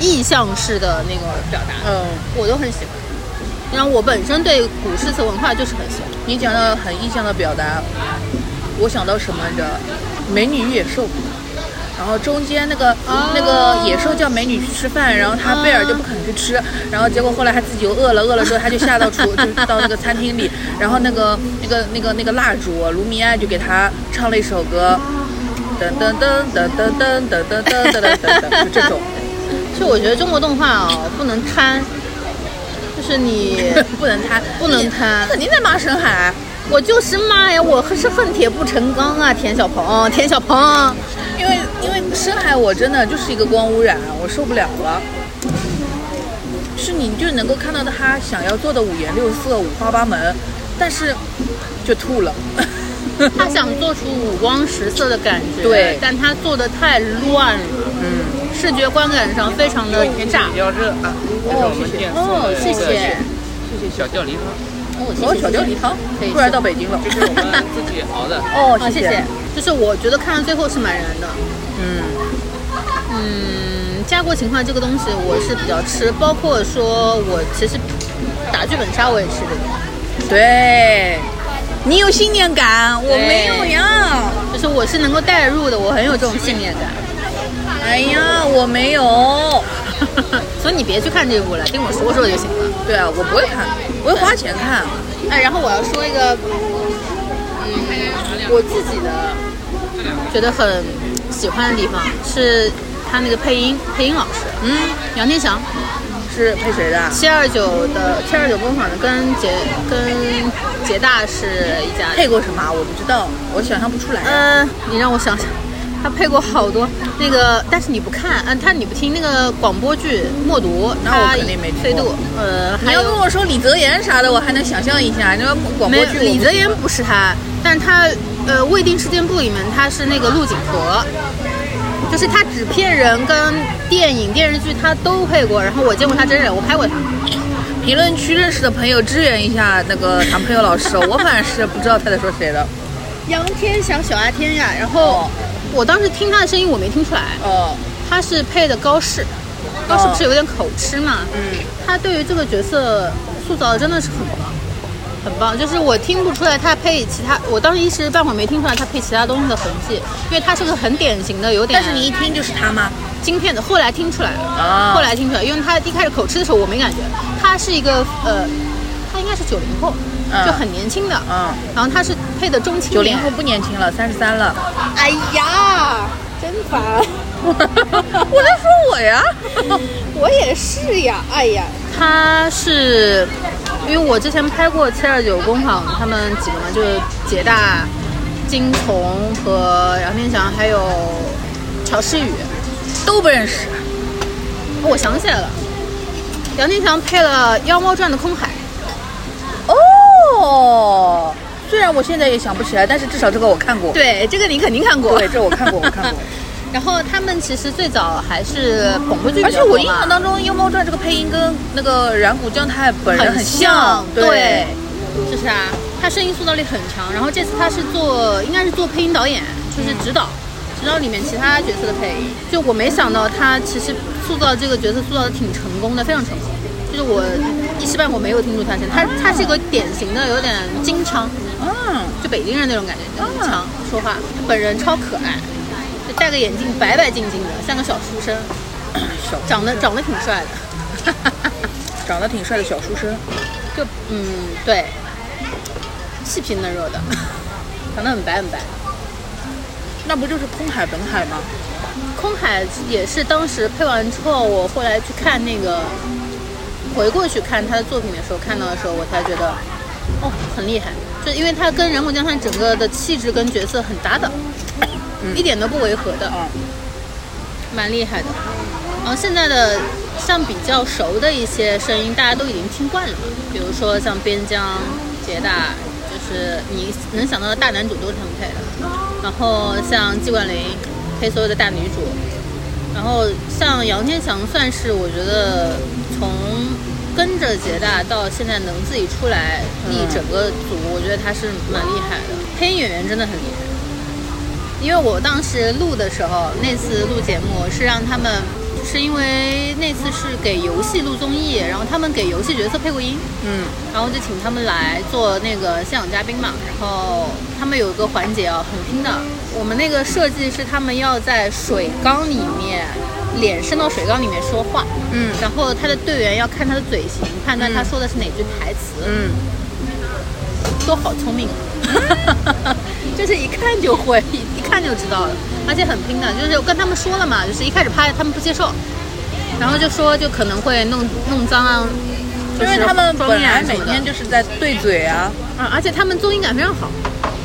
Speaker 2: 意象式的那个表达，
Speaker 3: 嗯，
Speaker 2: 我都很喜欢。然后我本身对古诗词文化就是很喜欢。
Speaker 3: 你讲到很意象的表达，我想到什么你知道？美女与野兽。然后中间那个、
Speaker 2: 哦
Speaker 3: 那个野兽叫美女去吃饭，然后他贝尔就不肯去吃，然后结果后来他自己又饿了，饿了之后他就下 到厨就是到那个餐厅里，然后那个那个那个那个蜡烛卢米埃就给他唱了一首歌，噔噔噔噔噔噔噔噔噔噔噔噔，就这 种
Speaker 2: 就我觉得中国动画啊、不能贪，就是你，
Speaker 3: 不能贪，
Speaker 2: 不能贪
Speaker 3: 你肯定在骂深海， 啊
Speaker 2: 我就是妈呀，我是恨铁不成钢啊，田小鹏，田小鹏，
Speaker 3: 因为啊因为深海我真的就是一个光污染，我受不了了。是你就能够看到他想要做的五颜六色、五花八门，但是就吐了。
Speaker 2: 他想做出五光十色的感觉，
Speaker 3: 对
Speaker 2: 但他做的太乱了，
Speaker 3: 嗯，
Speaker 2: 视觉观感上非常的
Speaker 4: 天气
Speaker 2: 炸
Speaker 4: 比。较热啊，这是我们店送
Speaker 2: 哦
Speaker 4: 的，
Speaker 2: 谢
Speaker 4: 一个
Speaker 2: 谢，
Speaker 4: 小吊梨汤，
Speaker 2: 哦，
Speaker 3: 我
Speaker 2: 谢
Speaker 3: 小
Speaker 2: 谢，
Speaker 3: 吊梨汤
Speaker 2: 可以，
Speaker 3: 不然
Speaker 2: 吃
Speaker 3: 到北京了。
Speaker 4: 这是我们自己熬的。
Speaker 3: 哦
Speaker 2: 哦，谢谢。就是我觉得看到最后是蛮燃的，
Speaker 3: 嗯，
Speaker 2: 嗯，家国情怀这个东西我是比较吃，包括说我其实打剧本杀我也吃这个，
Speaker 3: 对，你有信念感，我没有呀。
Speaker 2: 就是我是能够代入的，我很有这种信念感。
Speaker 3: 哎呀，我没有。
Speaker 2: 所以你别去看这部了，听我说说就行了。
Speaker 3: 对啊，我不会看，我会花钱看。
Speaker 2: 哎，然后我要说一个，嗯，我自己的觉得很喜欢的地方是他那个配音配音老师
Speaker 3: 嗯，
Speaker 2: 杨天祥，
Speaker 3: 是配谁的？啊
Speaker 2: 七二九的七二九工厂的跟杰跟杰大是一家的。
Speaker 3: 配过什么啊？我不知道，我想象不出来。
Speaker 2: 嗯，你让我想想，他配过好多那个，但是你不看，嗯、他你不听那个广播剧默读，
Speaker 3: 那我
Speaker 2: 他
Speaker 3: 哦肯定没听
Speaker 2: 飞
Speaker 3: 过
Speaker 2: 度，呃，
Speaker 3: 你
Speaker 2: 还
Speaker 3: 要
Speaker 2: 有
Speaker 3: 跟我说李泽言啥的，我还能想象一下。那个广
Speaker 2: 没
Speaker 3: 播
Speaker 2: 有
Speaker 3: 剧，
Speaker 2: 李泽言不是他，但他呃未定事件簿里面他是那个陆景和。就是他纸片人跟电影电视剧他都配过，然后我见过他真人，我拍过他。
Speaker 3: 评论区认识的朋友支援一下那个男朋友老师，我反正是不知道他在说谁的。
Speaker 2: 杨天祥、小阿天呀，然后
Speaker 3: 哦
Speaker 2: 我当时听他的声音我没听出来，
Speaker 3: 哦，
Speaker 2: 他是配的高适，高适
Speaker 3: 哦
Speaker 2: 不是有点口吃嘛，
Speaker 3: 嗯，
Speaker 2: 他对于这个角色塑造的真的是很棒，很棒。就是我听不出来他配其他，我当时一时半会儿没听出来他配其他东西的痕迹，因为他是个很典型的有点
Speaker 3: 但是你一听就是他吗？
Speaker 2: 晶片的，后来听出来了，
Speaker 3: 啊
Speaker 2: 后来听出来，因为他一开始口吃的时候我没感觉，他是一个呃，他应该是九零后，
Speaker 3: 嗯
Speaker 2: 就很年轻的，
Speaker 3: 嗯，
Speaker 2: 然后他是配的中青
Speaker 3: 九
Speaker 2: 年
Speaker 3: 零，后不年轻了，三十三了。
Speaker 2: 哎呀，真烦。
Speaker 3: 我在说我呀。
Speaker 2: 我也是呀，哎呀，他是因为我之前拍过七二九工厂他们几个嘛，就是杰大、金童和杨天祥，还有乔诗雨。
Speaker 3: 都不认识。
Speaker 2: 哦我想起来了，杨天祥配了《妖猫传》的空海，
Speaker 3: 哦，虽然我现在也想不起来，但是至少这个我看过。
Speaker 2: 对，这个你肯定看过。
Speaker 3: 对这我看过我看 过。
Speaker 2: 然后他们其实最早还是广播 剧比
Speaker 3: 而
Speaker 2: 较
Speaker 3: 且
Speaker 2: 多嘛，
Speaker 3: 我印象当中，《妖猫传》这个配音跟那个染谷将太本人
Speaker 2: 很
Speaker 3: 像。
Speaker 2: 对，就是啊，他声音塑造力很强。然后这次他是做，应该是做配音导演，就是指导，指导里面其他角色的配音。就我没想到他其实塑造这个角色塑造的挺成功的，非常成功。就是我一时半会儿没有听出他声音，他他是一个典型的有点京腔，
Speaker 3: 嗯，
Speaker 2: 就北京人那种感觉，京腔说话。他本人超可爱，就戴个眼镜，白白净净的，像个小书生，
Speaker 3: 小
Speaker 2: 长得长得挺帅的。
Speaker 3: 长得挺帅的小书生，
Speaker 2: 就嗯，对，细皮嫩肉的， 长得很白很白。
Speaker 3: 那不就是空海本海吗？
Speaker 2: 空海也是当时配完之后，我后来去看那个，回过去看他的作品的时候，看到的时候，我才觉得，哦，很厉害，就因为他跟人物江山整个的气质跟角色很搭的，一点都不违和的，
Speaker 3: 啊、
Speaker 2: 蛮厉害的。然后呃现在的像比较熟的一些声音，大家都已经听惯了嘛，比如说像边疆、杰大，就是你能想到的大男主都是他们配的。然后像季冠霖配所有的大女主，然后像杨天祥算是我觉得从跟着杰大到现在能自己出来立整个组，我觉得他是蛮厉害的，配音演员真的很厉害。因为我当时录的时候，那次录节目是让他们，是因为那次是给游戏录综艺，然后他们给游戏角色配过音，
Speaker 3: 嗯，
Speaker 2: 然后就请他们来做那个现场嘉宾嘛。然后他们有一个环节啊，很拼的。我们那个设计是他们要在水缸里面，脸伸到水缸里面说话，
Speaker 3: 嗯
Speaker 2: 然后他的队员要看他的嘴型，判断他说的是哪句台词。
Speaker 3: 嗯，
Speaker 2: 都好聪明，啊 就是一看就会，一一看就知道了，而且很拼的。啊就是我跟他们说了嘛，就是一开始拍他们不接受，然后就说就可能会弄弄脏啊，就
Speaker 3: 因
Speaker 2: 是
Speaker 3: 为他们
Speaker 2: 妆
Speaker 3: 本
Speaker 2: 面啊
Speaker 3: 来
Speaker 2: 什
Speaker 3: 每
Speaker 2: 么的
Speaker 3: 天就是在对嘴啊，
Speaker 2: 啊，而且他们综艺感非常好，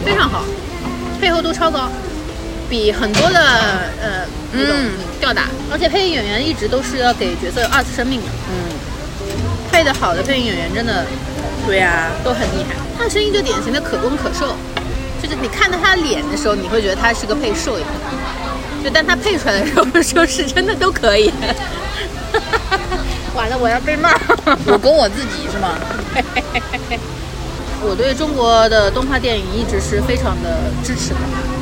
Speaker 2: 非常好，配合度超高，比很多的呃那种
Speaker 3: 嗯
Speaker 2: 吊打，而且配音演员一直都是要给角色有二次生命的，
Speaker 3: 嗯，
Speaker 2: 配的好的配音演员真的
Speaker 3: 对呀、
Speaker 2: 都很厉害。他的声音就典型的可攻可受，就是你看到他脸的时候，你会觉得他是个配受演员，就但他配出来的时候，说是真的都可以。完了，我要被骂。
Speaker 3: 我跟我自己是吗？
Speaker 2: 我对中国的动画电影一直是非常的支持的，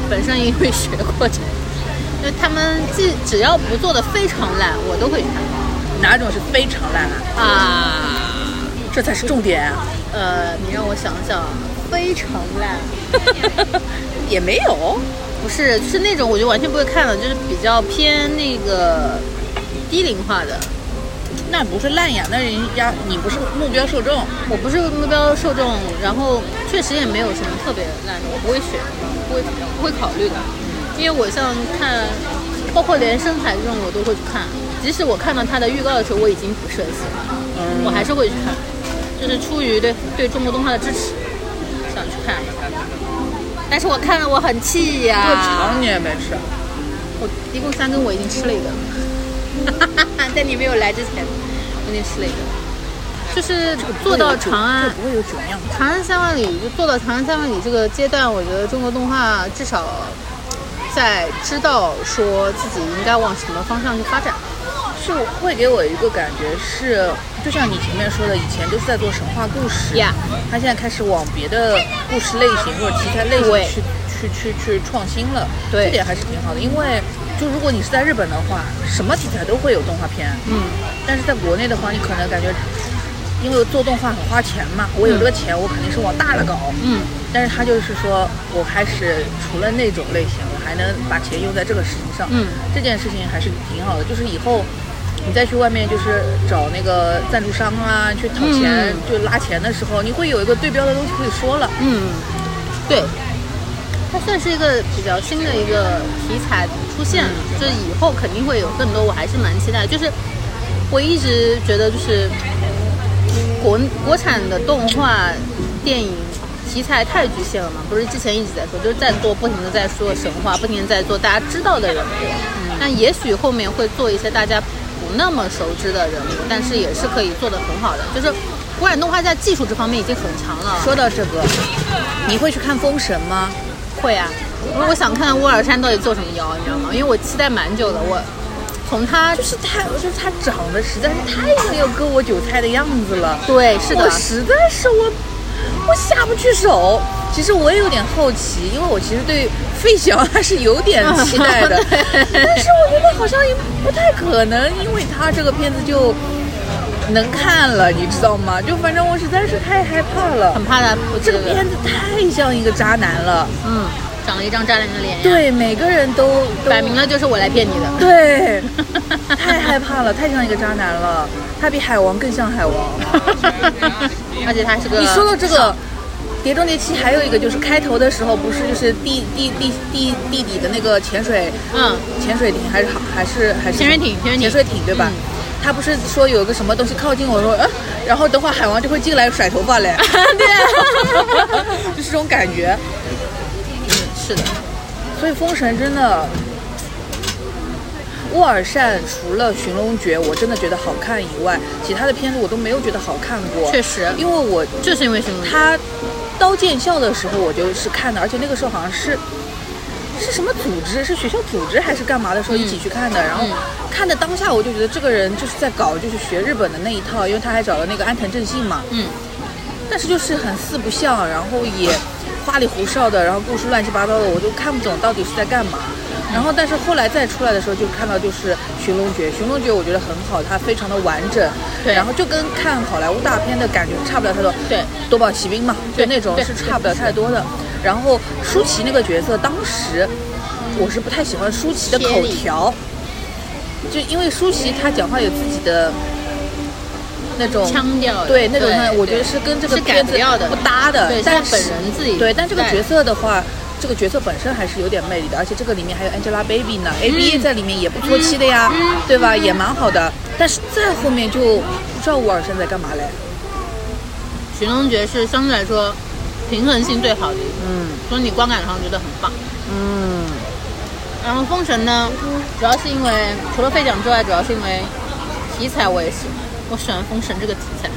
Speaker 2: 本身因为学过这个，因为他们既只要不做的非常烂，我都会看
Speaker 3: 哪种是非常烂啊？
Speaker 2: 啊。
Speaker 3: 这才是重点啊！
Speaker 2: 呃，你让我想想，非常烂，
Speaker 3: 也没有，
Speaker 2: 不是，是那种我就完全不会看了，就是比较偏那个低龄化的。
Speaker 3: 那不是烂呀，那人家你不是目标受众。
Speaker 2: 我不是目标受众，然后确实也没有什么特别烂的，我不会选，不会不会考虑的，因为我像看，包括连生孩这种我都会去看，即使我看到它的预告的时候我已经不是很喜欢，我还是会去看，就是出于对对中国动画的支持，啊想去看一下。但是我看了我很气呀、
Speaker 3: 这肠你也没啊吃，
Speaker 2: 我一共三根，我已经吃了一根， 在你没有来之前，我已经吃了一根。就是做到长安
Speaker 3: 这，不会有酒酿。
Speaker 2: 长安三万里就做到长安三万里这个阶段，我觉得中国动画至少在知道说自己应该往什么方向去发展。
Speaker 3: 是会给我一个感觉是，就像你前面说的，以前都是在做神话故事
Speaker 2: Yeah
Speaker 3: 他现在开始往别的故事类型或者题材类型
Speaker 2: 对
Speaker 3: 去去去去创新了，
Speaker 2: 对
Speaker 3: 这点还是挺好的。因为就如果你是在日本的话，什么题材都会有动画片，
Speaker 2: 嗯，
Speaker 3: 但是在国内的话，你可能感觉，因为做动画很花钱嘛，我有这个钱，我肯定是往大了搞，
Speaker 2: 嗯，
Speaker 3: 但是他就是说我开始除了那种类型，我还能把钱用在这个事情上，
Speaker 2: 嗯，
Speaker 3: 这件事情还是挺好的，就是以后。你再去外面就是找那个赞助商啊，去讨钱、
Speaker 2: 嗯
Speaker 3: 就拉钱的时候，你会有一个对标的东西可以说了。
Speaker 2: 嗯，对，它算是一个比较新的一个题材出现了，就是以后肯定会有更多，我还是蛮期待。就是我一直觉得，就是国国产的动画电影题材太局限了嘛，不是之前一直在说，就是在做，不停的在说神话，不停的在做大家知道的人物。但也许后面会做一些大家不那么熟知的人物，但是也是可以做得很好的。就是国产动画在技术这方面已经很强了。
Speaker 3: 说到这个，你会去看《封神》吗？
Speaker 2: 会啊，我我想看看沃尔善到底做什么妖，你知道吗？因为我期待蛮久的，我从他
Speaker 3: 就是他，就是他长得实在是太像要割我韭菜的样子了。
Speaker 2: 对是
Speaker 3: 我
Speaker 2: 的，，
Speaker 3: 实在是我，我下不去手。其实我也有点好奇，因为我其实对费翔还是有点期待 的
Speaker 2: 对
Speaker 3: 但是我觉得好像也不太可能，因为他这个片子就能看了，你知道吗？就反正我实在是太害怕了
Speaker 2: 很，怕他不
Speaker 3: 这个片子太像一个渣男了。
Speaker 2: 嗯，长了一张渣男的脸，，
Speaker 3: 对，每个人都都
Speaker 2: 摆明了就是我来骗你的。
Speaker 3: 对，太害怕了，太像一个渣男了，他比海王更像海王。
Speaker 2: 而且他是个，
Speaker 3: 你说到这个。《碟中谍七》还有一个就是开头的时候，不是就是地地地地地底的那个潜水
Speaker 2: 嗯，
Speaker 3: 潜水艇还是还是还是
Speaker 2: 潜水艇潜水艇
Speaker 3: 潜水艇对吧
Speaker 2: 嗯？
Speaker 3: 他不是说有一个什么东西靠近我说，呃，然后等会儿海王就会进来甩头 发嘞，对， 就是这种感觉。
Speaker 2: 是的，
Speaker 3: 所以《封神》真的，沃尔善除了《寻龙诀》我真的觉得好看以外，其他的片子我都没有觉得好看过。
Speaker 2: 确实，
Speaker 3: 因为我
Speaker 2: 就是因为什么？
Speaker 3: 他《刀剑笑》的时候我就是看的，而且那个时候好像是。是什么组织？是学校组织还是干嘛的时候一起去看
Speaker 2: 嗯
Speaker 3: 的？然后看的当下，我就觉得这个人就是在搞，就是学日本的那一套，因为他还找了那个安藤正信嘛。
Speaker 2: 嗯。
Speaker 3: 但是就是很四不像，然后也花里胡哨的，然后故事乱七八糟的，我就看不懂到底是在干嘛。
Speaker 2: 嗯
Speaker 3: 然后，但是后来再出来的时候，就看到就是《寻龙诀》，《寻龙诀》我觉得很好，它非常的完整，
Speaker 2: 对
Speaker 3: 然后就跟看好莱坞大片的感觉差不了太多，
Speaker 2: 对，
Speaker 3: 夺宝奇兵嘛，就
Speaker 2: 对
Speaker 3: 那种
Speaker 2: 对
Speaker 3: 是差不了太多的。然后舒淇那个角色，当时我是不太喜欢舒淇的口条，就因为舒淇她讲话有自己的那种
Speaker 2: 腔调，
Speaker 3: 对那种腔调我觉得是跟这个
Speaker 2: 是改
Speaker 3: 片
Speaker 2: 不
Speaker 3: 子
Speaker 2: 掉的
Speaker 3: 不搭的
Speaker 2: 对，是
Speaker 3: 但
Speaker 2: 他本
Speaker 3: 是
Speaker 2: 人自己
Speaker 3: 对，但这个
Speaker 2: 带
Speaker 3: 角色的话。这个角色本身还是有点魅力的，而且这个里面还有 Angelababy 呢、a
Speaker 2: 嗯
Speaker 3: b a 在里面也不错气的呀，对吧？也蛮好的。但是再后面就不知道吴尔善在干嘛嘞。
Speaker 2: 寻龙诀是相对来说平衡性最好的一个，
Speaker 3: 嗯
Speaker 2: 所以你观感上觉得很棒。
Speaker 3: 嗯，
Speaker 2: 然后封神呢，主要是因为除了费奖之外，主要是因为题材我也喜欢，我喜欢封神这个题材。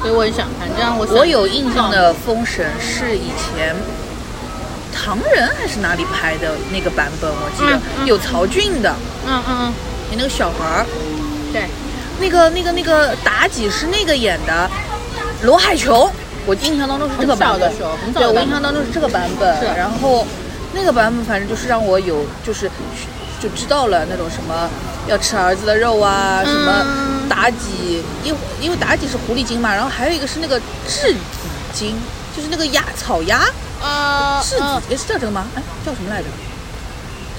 Speaker 2: 所以我很喜欢看。这样我
Speaker 3: 我有印象的《封神》是以前唐人还是哪里拍的那个版本，我记得、
Speaker 2: 嗯嗯
Speaker 3: 有曹俊的，
Speaker 2: 嗯，嗯
Speaker 3: 有那个小孩儿，
Speaker 2: 嗯，对，
Speaker 3: 那个那个那个妲己是那个演的，罗海琼，我印象当中是这个版
Speaker 2: 很
Speaker 3: 本
Speaker 2: 小的时候很，早的版
Speaker 3: 对我
Speaker 2: 本
Speaker 3: 印象当中是这个版本
Speaker 2: 是，
Speaker 3: 然后那个版本反正就是让我有就是就知道了那种什么要吃儿子的肉
Speaker 2: 嗯
Speaker 3: 啊，什么妲己，因为因为妲己是狐狸精嘛，然后还有一个是那个质子精，就是那个鸭草鸭，
Speaker 2: 呃
Speaker 3: 质子也是叫这个吗？哎，叫什么来着？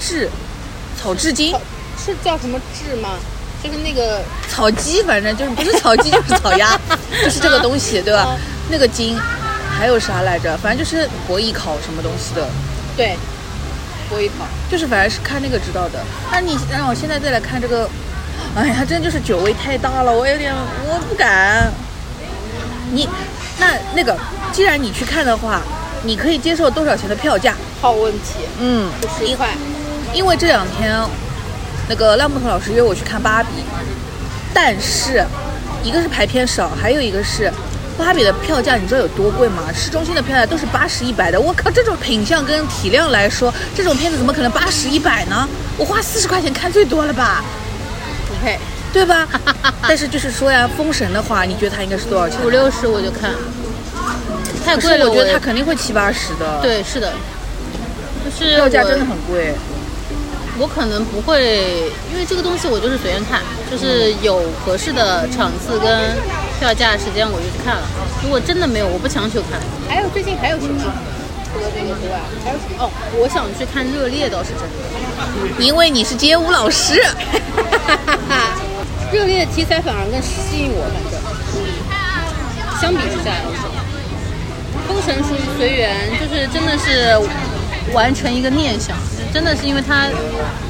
Speaker 3: 质草质精，
Speaker 2: 是叫什么智吗？就是那个
Speaker 3: 草鸡，反正就是不是草鸡就是草 鸭，就是这个东西，对吧
Speaker 2: 嗯？
Speaker 3: 那个金，还有啥来着？反正就是博弈考什么东西的，
Speaker 2: 对，博弈考。
Speaker 3: 就是反正是看那个知道的。那你让我现在再来看这个，哎呀，真就是酒味太大了，我有点我不敢。你那那个，既然你去看的话，你可以接受多少钱的票价？
Speaker 2: 好问题，
Speaker 3: 嗯，
Speaker 2: 五十块。
Speaker 3: 因为这两天那个烂木头老师约我去看芭比，但是一个是排片少，还有一个是芭比的票价，你知道有多贵吗？市中心的票价都是八十一百的，我靠，这种品相跟体量来说，这种片子怎么可能八十一百呢？我花四十块钱看最多了吧，
Speaker 2: 不配，
Speaker 3: 对吧？但是就是说呀，封神的话，你觉得它应该是多少钱？
Speaker 2: 五六十 我就看，太
Speaker 3: 可是
Speaker 2: 贵了。
Speaker 3: 我觉得
Speaker 2: 也
Speaker 3: 它肯定会七八十的，，
Speaker 2: 对，是的，就是
Speaker 3: 票价
Speaker 2: 我
Speaker 3: 真的很贵。
Speaker 2: 我可能不会，因为这个东西我就是随缘看，就是有合适的场次跟票价时间我就去看了。如果真的没有，我不强求看。还有最近还有什么？除了这个之外，还有什么？哦，我想去看热烈倒是真的。
Speaker 3: 因为你是街舞老师，
Speaker 2: 热烈的题材反而更吸引我，反正。相比之下来说，封神属于随缘，就是真的是完成一个念想，就真的是因为他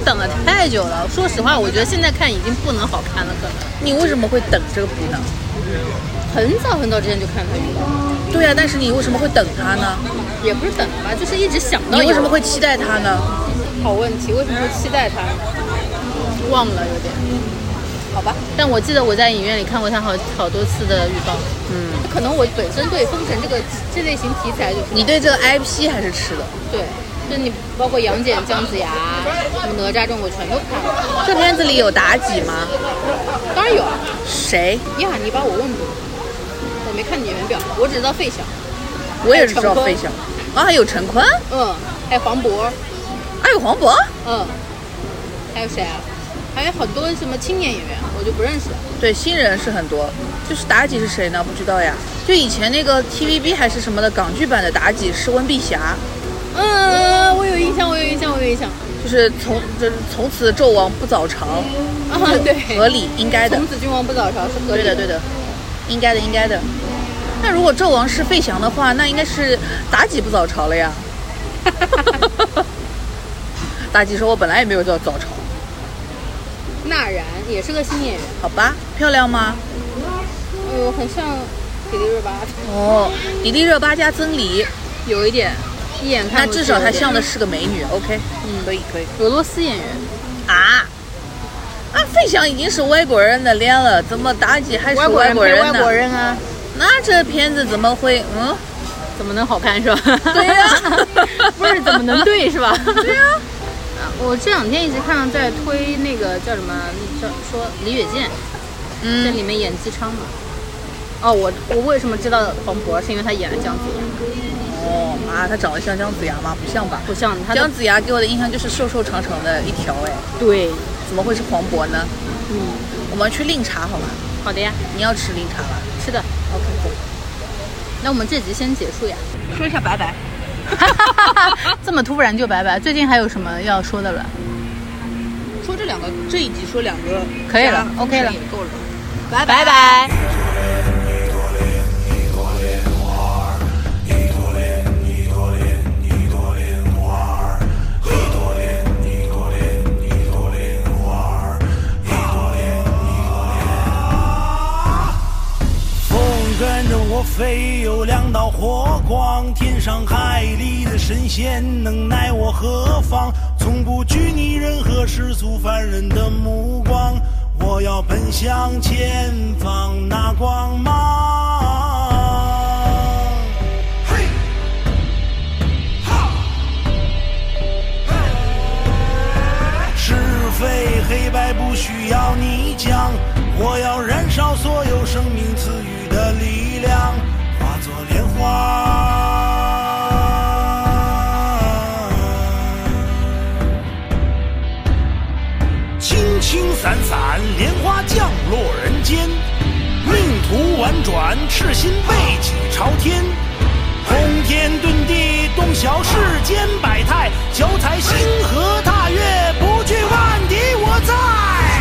Speaker 2: 等了太久了。说实话，我觉得现在看已经不能好看了，可能。
Speaker 3: 你为什么会等这个部呢？
Speaker 2: 很早很早之前就看他预告，
Speaker 3: 对呀、啊但是你为什么会等他呢？
Speaker 2: 也不是等吧，就是一直想到
Speaker 3: 你
Speaker 2: 有。
Speaker 3: 为什么会期待他呢？
Speaker 2: 好问题？为什么会期待他？忘了有点，好吧。但我记得我在影院里看过他好好多次的预告。嗯，可能我本身对封神这个这类型题材就是
Speaker 3: 你对这个 IP 还是吃的？
Speaker 2: 对，就你包括杨戬、姜子牙、什么哪吒这种，我全都看了。
Speaker 3: 这片子里有妲己吗？
Speaker 2: 当然有啊，
Speaker 3: 谁？
Speaker 2: 呀，你把我问住了。我没看演员表，我只知道费翔，
Speaker 3: 我也是知道费翔。啊，还有陈坤，
Speaker 2: 嗯，还有黄渤，
Speaker 3: 还有黄渤。
Speaker 2: 嗯，还有谁啊？还有很多什么青年演员，我就不认识了。
Speaker 3: 对，新人是很多。就是妲己是谁呢？不知道呀。就以前那个 TVB 还是什么的港剧版的妲己是温碧霞，
Speaker 2: 嗯，我有印象，我有印象，我有印象。
Speaker 3: 就是从就是从此纣王不早朝，
Speaker 2: 啊，对，
Speaker 3: 合理应该的
Speaker 2: 从。此君王不早朝是合理
Speaker 3: 对的，对的，应该的，应该的。那如果纣王是费翔的话，那应该是妲己不早朝了呀。 妲己说：“我本来也没有叫早朝，
Speaker 2: 纳然也是个新演员，
Speaker 3: 好吧？漂亮吗？
Speaker 2: 哎呦，很像迪丽热巴，
Speaker 3: 哦，迪丽热巴加曾黎，
Speaker 2: 有一点，一眼
Speaker 3: 那
Speaker 2: 看
Speaker 3: 至少她像
Speaker 2: 的
Speaker 3: 的是个美女。OK，
Speaker 2: 嗯
Speaker 3: 可以可以
Speaker 2: 俄罗斯演员。
Speaker 3: 啊。”啊，费翔已经是外国人的脸了，怎么妲己还是外国人呢？
Speaker 2: 人啊，
Speaker 3: 那这片子怎么会嗯？
Speaker 2: 怎么能好看是吧？
Speaker 3: 对呀
Speaker 2: 不是怎么能对是吧？
Speaker 3: 对呀、
Speaker 2: 啊我这两天一直看到在推那个叫什么，叫说李雪健，在
Speaker 3: 嗯，
Speaker 2: 里面演姬昌嘛。哦，我我为什么知道黄渤，是因为他演了姜子牙，
Speaker 3: 哦啊，她长得像姜子牙吗？不像吧？
Speaker 2: 不像他的
Speaker 3: 姜子牙给我的印象就是瘦瘦长长的一条，哎，
Speaker 2: 对，
Speaker 3: 怎么会是黄渤呢？
Speaker 2: 嗯，
Speaker 3: 我们去令茶好吗？
Speaker 2: 好的呀，
Speaker 3: 你要吃令茶吗
Speaker 2: 是的。
Speaker 3: ？OK，
Speaker 2: 那我们这集先结束呀。
Speaker 3: 说一下拜拜。
Speaker 2: 这么突然就拜拜，最近还有什么要说的了？
Speaker 3: 说这两个，这一集说两个，
Speaker 2: 可以了
Speaker 3: 加
Speaker 2: OK 了
Speaker 3: 也够了。
Speaker 2: 拜拜拜。
Speaker 1: 一朵莲，一朵莲，一朵莲花儿；一朵莲，一朵莲，一朵莲花儿；一朵莲，一朵莲。风跟着我飞，有两道火光。天上海里的神仙，能奈我何妨？从不拘泥任何世俗凡人的目光。我要奔向前方那光芒。到你讲，我要燃烧所有生命赐予的力量，化作莲花。轻轻散散，莲花降落人间，命途婉转，赤心背脊朝天，通天遁地，洞晓世间百态，脚踩星河踏月，不惧万敌我在。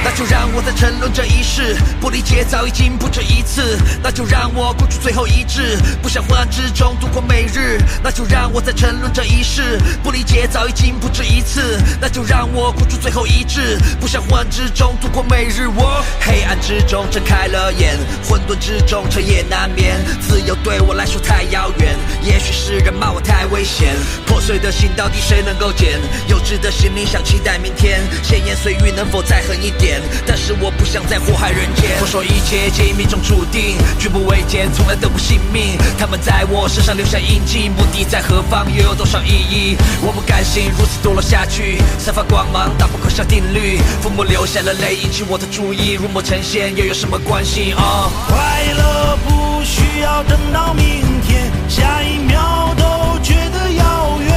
Speaker 5: 那就让我再沉沦这一世，不理解早已经不止一次。那就让我孤注最后一掷，不想昏暗之中度过每日。那就让我再沉沦这一世，不理解早已经不止一次。那就让我孤注最后一掷，不想昏暗之中度过每日。我黑暗之中睁开了眼，混沌之中彻夜难眠。自由对我来说太遥远，也许是人骂我太危险。破碎的心到底谁能够捡？幼稚的心灵想期待明天，闲言碎语能否再狠一点？但是我不想再祸害人间。我说一切皆因命中注定，举步维艰，从来都不信命。他们在我身上留下印记，目的在何方，又有多少意义？我不甘心如此堕落下去，散发光芒，打破可笑定律。父母流下了泪，引起我的注意，如墨成仙又有什么关系？哦、
Speaker 1: 快乐不需要等到明天，下一秒都觉得遥远。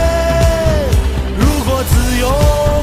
Speaker 1: 如果自由